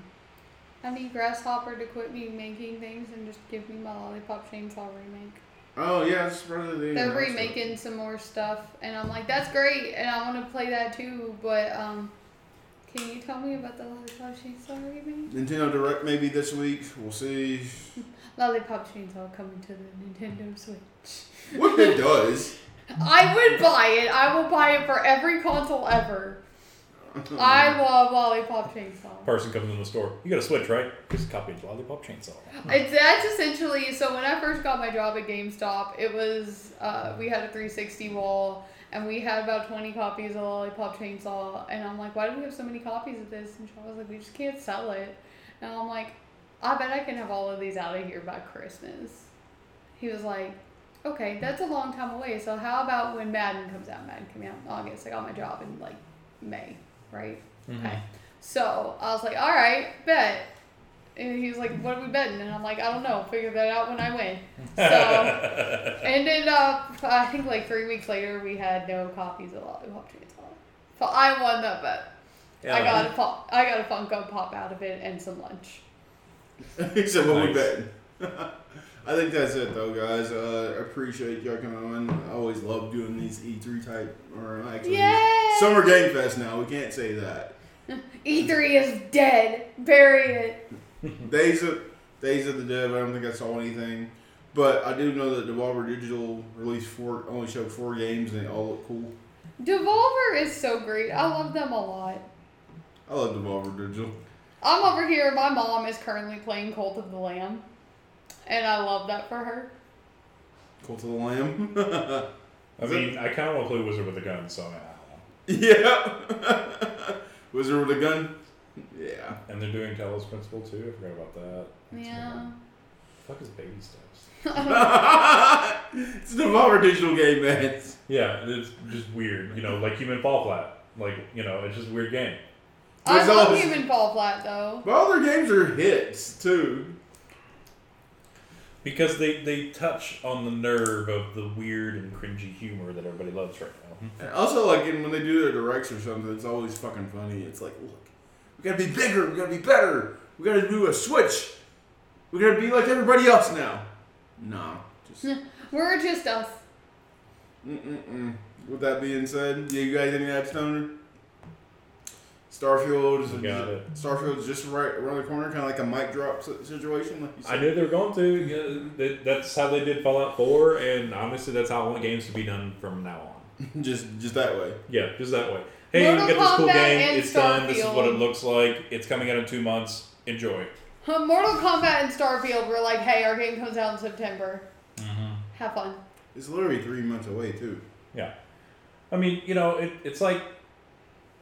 I need Grasshopper to quit me making things and just give me my Lollipop Chainsaw remake.
Oh yeah, it's part of the.
They're remaking some more stuff, and I'm like, that's great, and I want to play that too. But um, can you tell me about the Lollipop Chainsaw remake?
Nintendo Direct maybe this week. We'll see
Lollipop Chainsaw coming to the Nintendo Switch.
what it does.
I would buy it. I will buy it for every console ever. I love Lollipop Chainsaw.
Person comes in the store. You got a switch, right? Just copy of Lollipop Chainsaw.
It's that's essentially so. When I first got my job at GameStop, it was uh, we had a 360 wall. And we had about 20 copies of Lollipop Chainsaw. And I'm like, why do we have so many copies of this? And Sean was like, we just can't sell it. And I'm like, I bet I can have all of these out of here by Christmas. He was like, okay, that's a long time away. So how about when Madden comes out? Madden came out in August. I got my job in like May, right? Okay. So I was like, all right, bet. And he was like, what are we betting? And I'm like, I don't know. Figure that out when I win. So. Ended up, I think like three weeks later, we had no copies of Lollipop Chainsaw. So I won that bet. I got a pop, I got a Funko Pop out of it and some lunch.
Except what we
Nice.
bet. I think that's it though, guys. Uh, I appreciate y'all coming on. I always love doing these E3 E type or actually
Yay!
summer game fest. Now we can't say that.
E3 E is dead. Bury it.
Days of Days of the Dead. I don't think I saw anything, but I do know that Devolver Digital released four, only showed four games, and they all look cool.
Devolver is so great. I love them a lot.
I love Devolver Digital.
I'm over here. My mom is currently playing Cult of the Lamb, and I love that for her.
Cult of the Lamb.
I mean, I kind of want to play Wizard with a Gun, so I
yeah. Wizard with a gun. Yeah.
And they're doing Talos Principle too. I forgot about that. That's
Yeah.
another- Fuck is baby steps.
it's a Devolver Digital game, man.
Yeah, and it's just weird. You know, like Human Fall Flat. Like you know, it's just a weird game.
I
There's
love
always-
Human Fall Flat though.
But all their games are hits too.
Because they, they touch on the nerve of the weird and cringy humor that everybody loves right now.
And also, like in, when they do their directs or something, it's always fucking funny. It's like, look, we gotta be bigger, we gotta be better, we gotta do a switch, we gotta be like everybody else now. No, just
We're just us.
Mm-mm-mm. With that being said, yeah, you guys any app stoner? Starfield is
Got it.
Starfield's just right around the corner, kind of like a mic drop si- situation. Like you
I
said.
knew they were going to. yeah, that- That's how they did Fallout 4, and honestly, that's how I want games to be done from now on.
just just that way.
Yeah, just that way. Hey,
Mortal
we got this cool
Kombat
game.
and
It's done. This is what it
Starfield.
looks like. It's coming out in two months. Enjoy.
Huh, Mortal Kombat and Starfield were like, hey, our game comes out in September. Have fun.
It's literally three months away too.
Yeah. I mean, you know, it, it's like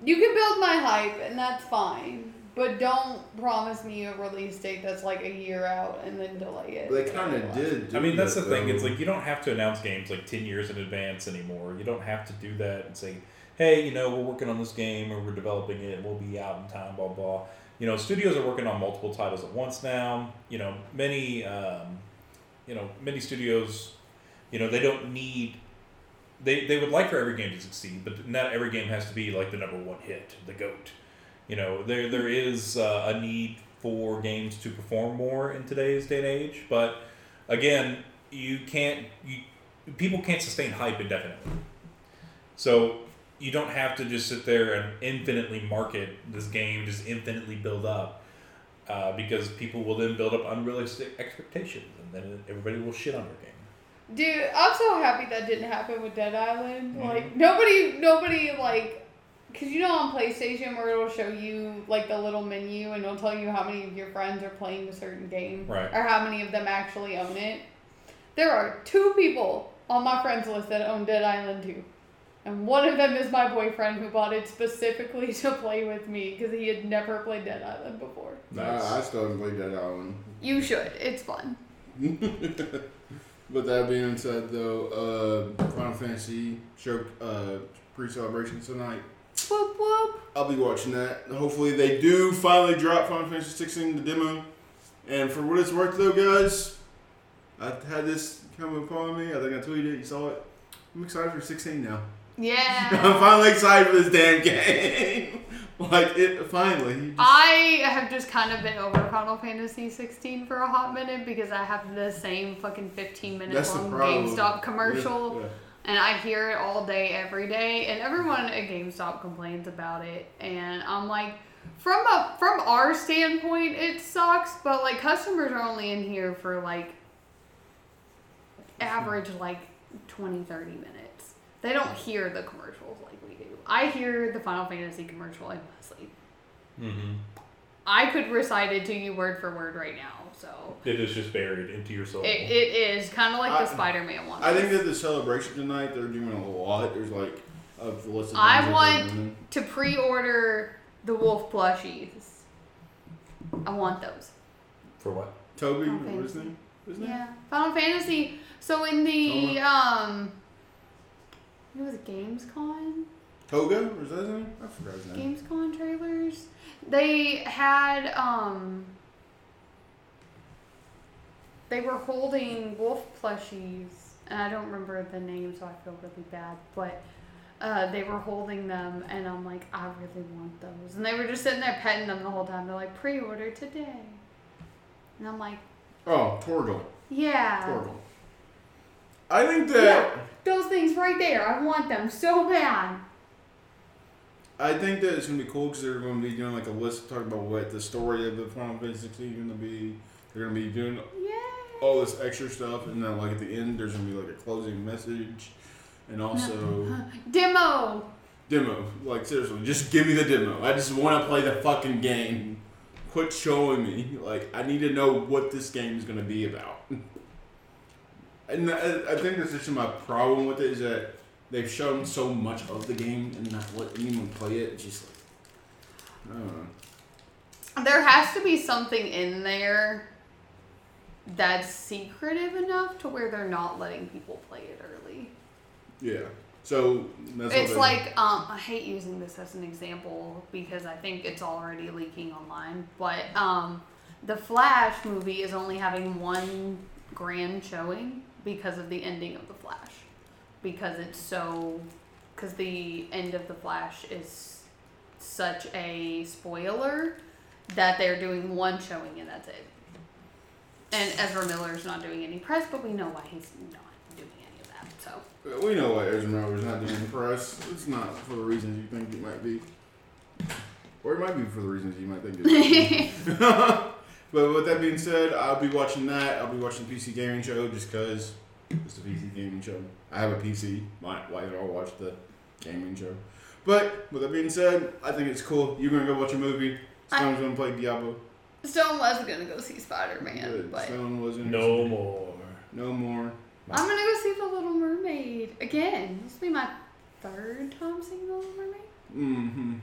You can build my hype, and that's fine. But don't promise me a release date that's like a year out and then delay it.
They kind of did. do
I mean, that's the
that,
thing. It's
though.
like you don't have to announce games like 10 years in advance anymore. You don't have to do that and say, hey, you know, we're working on this game or we're developing it. We'll be out in time, blah, blah. You know, studios are working on multiple titles at once now. You know, many, um, you know, many studios, you know, they don't need. They, they would like for every game to succeed, but not every game has to be like the number one hit, the GOAT. You know, there there is uh, a need for games to perform more in today's day and age, but again, you can't you people can't sustain hype indefinitely. So you don't have to just sit there and infinitely market this game, just infinitely build up, uh, because people will then build up unrealistic expectations, and then everybody will shit on your game.
Dude, I'm so happy that didn't happen with Dead Island. Like nobody, nobody like, cause you know on PlayStation where it'll show you like the little menu and it'll tell you how many of your friends are playing a certain game
Right.
or how many of them actually own it. There are two people on my friends list that own Dead Island 2. And one of them is my boyfriend who bought it specifically to play with me because he had never played Dead Island before.
Nah, I still haven't played that out one.
You should. It's fun.
But that being said, though, uh, Final Fantasy show uh, pre-celebration tonight.
Whoop whoop.
I'll be watching that. Hopefully, they do finally drop Final Fantasy 16 the demo. And for what it's worth, though, guys, I had this come upon me. I think I tweeted it. You saw it. I'm excited for 16 now.
Yeah.
I'm finally excited for this damn game. like it finally.
I have just kind of been over Final Fantasy 16 for a hot minute because I have the same fucking 15 minute
That's the
long
problem.
GameStop commercial
Yeah, yeah.
and I hear it all day every day and everyone at GameStop complains about it and I'm like from a from our standpoint it sucks but like customers are only in here for like average like 20 30 minutes. They don't hear the commercials like we do. I hear the Final Fantasy commercial in my sleep.
Mm-hmm.
I could recite it to you word for word right now. So
It is just buried into your soul.
it, it is kind of like
I-
the Spider-Man one.
I think that the celebration tonight they're doing a lot. There's like a list of things that
I
they're doing.
want to pre-order the wolf plushies. I want those.
For what?
Toby.
Final
What is his
Fantasy.
name? His name?
Yeah, Final Fantasy. So in the um, it was GamesCon,
Toga? Or is that his name? I forgot his name.
GamesCon trailers. They had um, they were holding wolf plushies, and I don't remember the name, so I feel really bad. But uh, they were holding them, and I'm like, I really want those. And they were just sitting there petting them the whole time. They're like, pre-order today, and I'm like,
Oh, Torgal.
yeah,
Torgal. I think that
yeah, those things right there. I want them so bad.
I think that it's gonna be cool because they're gonna be doing like a list talking about what the story of the Final Fantasy 16 gonna be. They're gonna be doing
Yeah.
all this extra stuff, and then like at the end, there's gonna be like a closing message, and also
Demo.
demo. Like seriously, just give me the demo. I just want to play the fucking game. Quit showing me. Like I need to know what this game is gonna be about. And I, I think that's just my problem with it is that they've shown so much of the game and not let anyone play it. It's just like, I don't know.
There has to be something in there that's secretive enough to where they're not letting people play it early.
Yeah. So that's what
It's
they-
like um, I hate using this as an example because I think it's already leaking online. But um, the Flash movie is only having one grand showing because of the ending of the Flash, because it's so, because the end of the Flash is such a spoiler that they're doing one showing and that's it. And Ezra Miller's not doing any press, but we know why he's not doing any of that. So.
we know why Ezra Miller's not doing the press. It's not for the reasons you think it might be, or it might be for the reasons you might think it. might be. but with that being said, I'll be watching that. I'll be watching the PC gaming show just because it's the PC gaming show. I have a PC. My wife and I watch the gaming show. But with that being said, I think it's cool. You're gonna go watch a movie.
I-
Stone's gonna play Diablo.
Stone was gonna go see Spider Man,
Good.
but
Stone was gonna
No more.
no more.
I'm gonna go see The Little Mermaid again. This will be my third time seeing The Little Mermaid.
hmm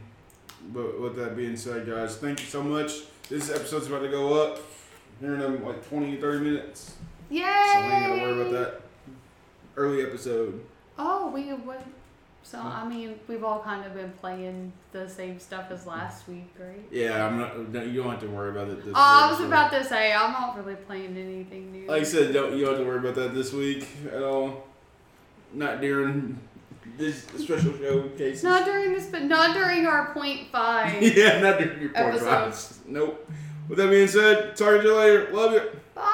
But with that being said, guys, thank you so much. This episode's about to go up here in um, like 20, 30 minutes.
Yay!
So I ain't got to worry about that. Early episode.
Oh, we what? So I mean, we've all kind of been playing the same stuff as last week, right?
Yeah, I'm not. don't- You don't have to worry about it. This
Oh, I was
episode.
about to say I'm not really playing anything new.
Like I said, don't you don't have to worry about that this week at all. Not during this special show cases.
not during this, but not during our point five.
yeah, not during your
Episode.
podcast. Nope. With that being said, talk to you later. Love you.
Bye.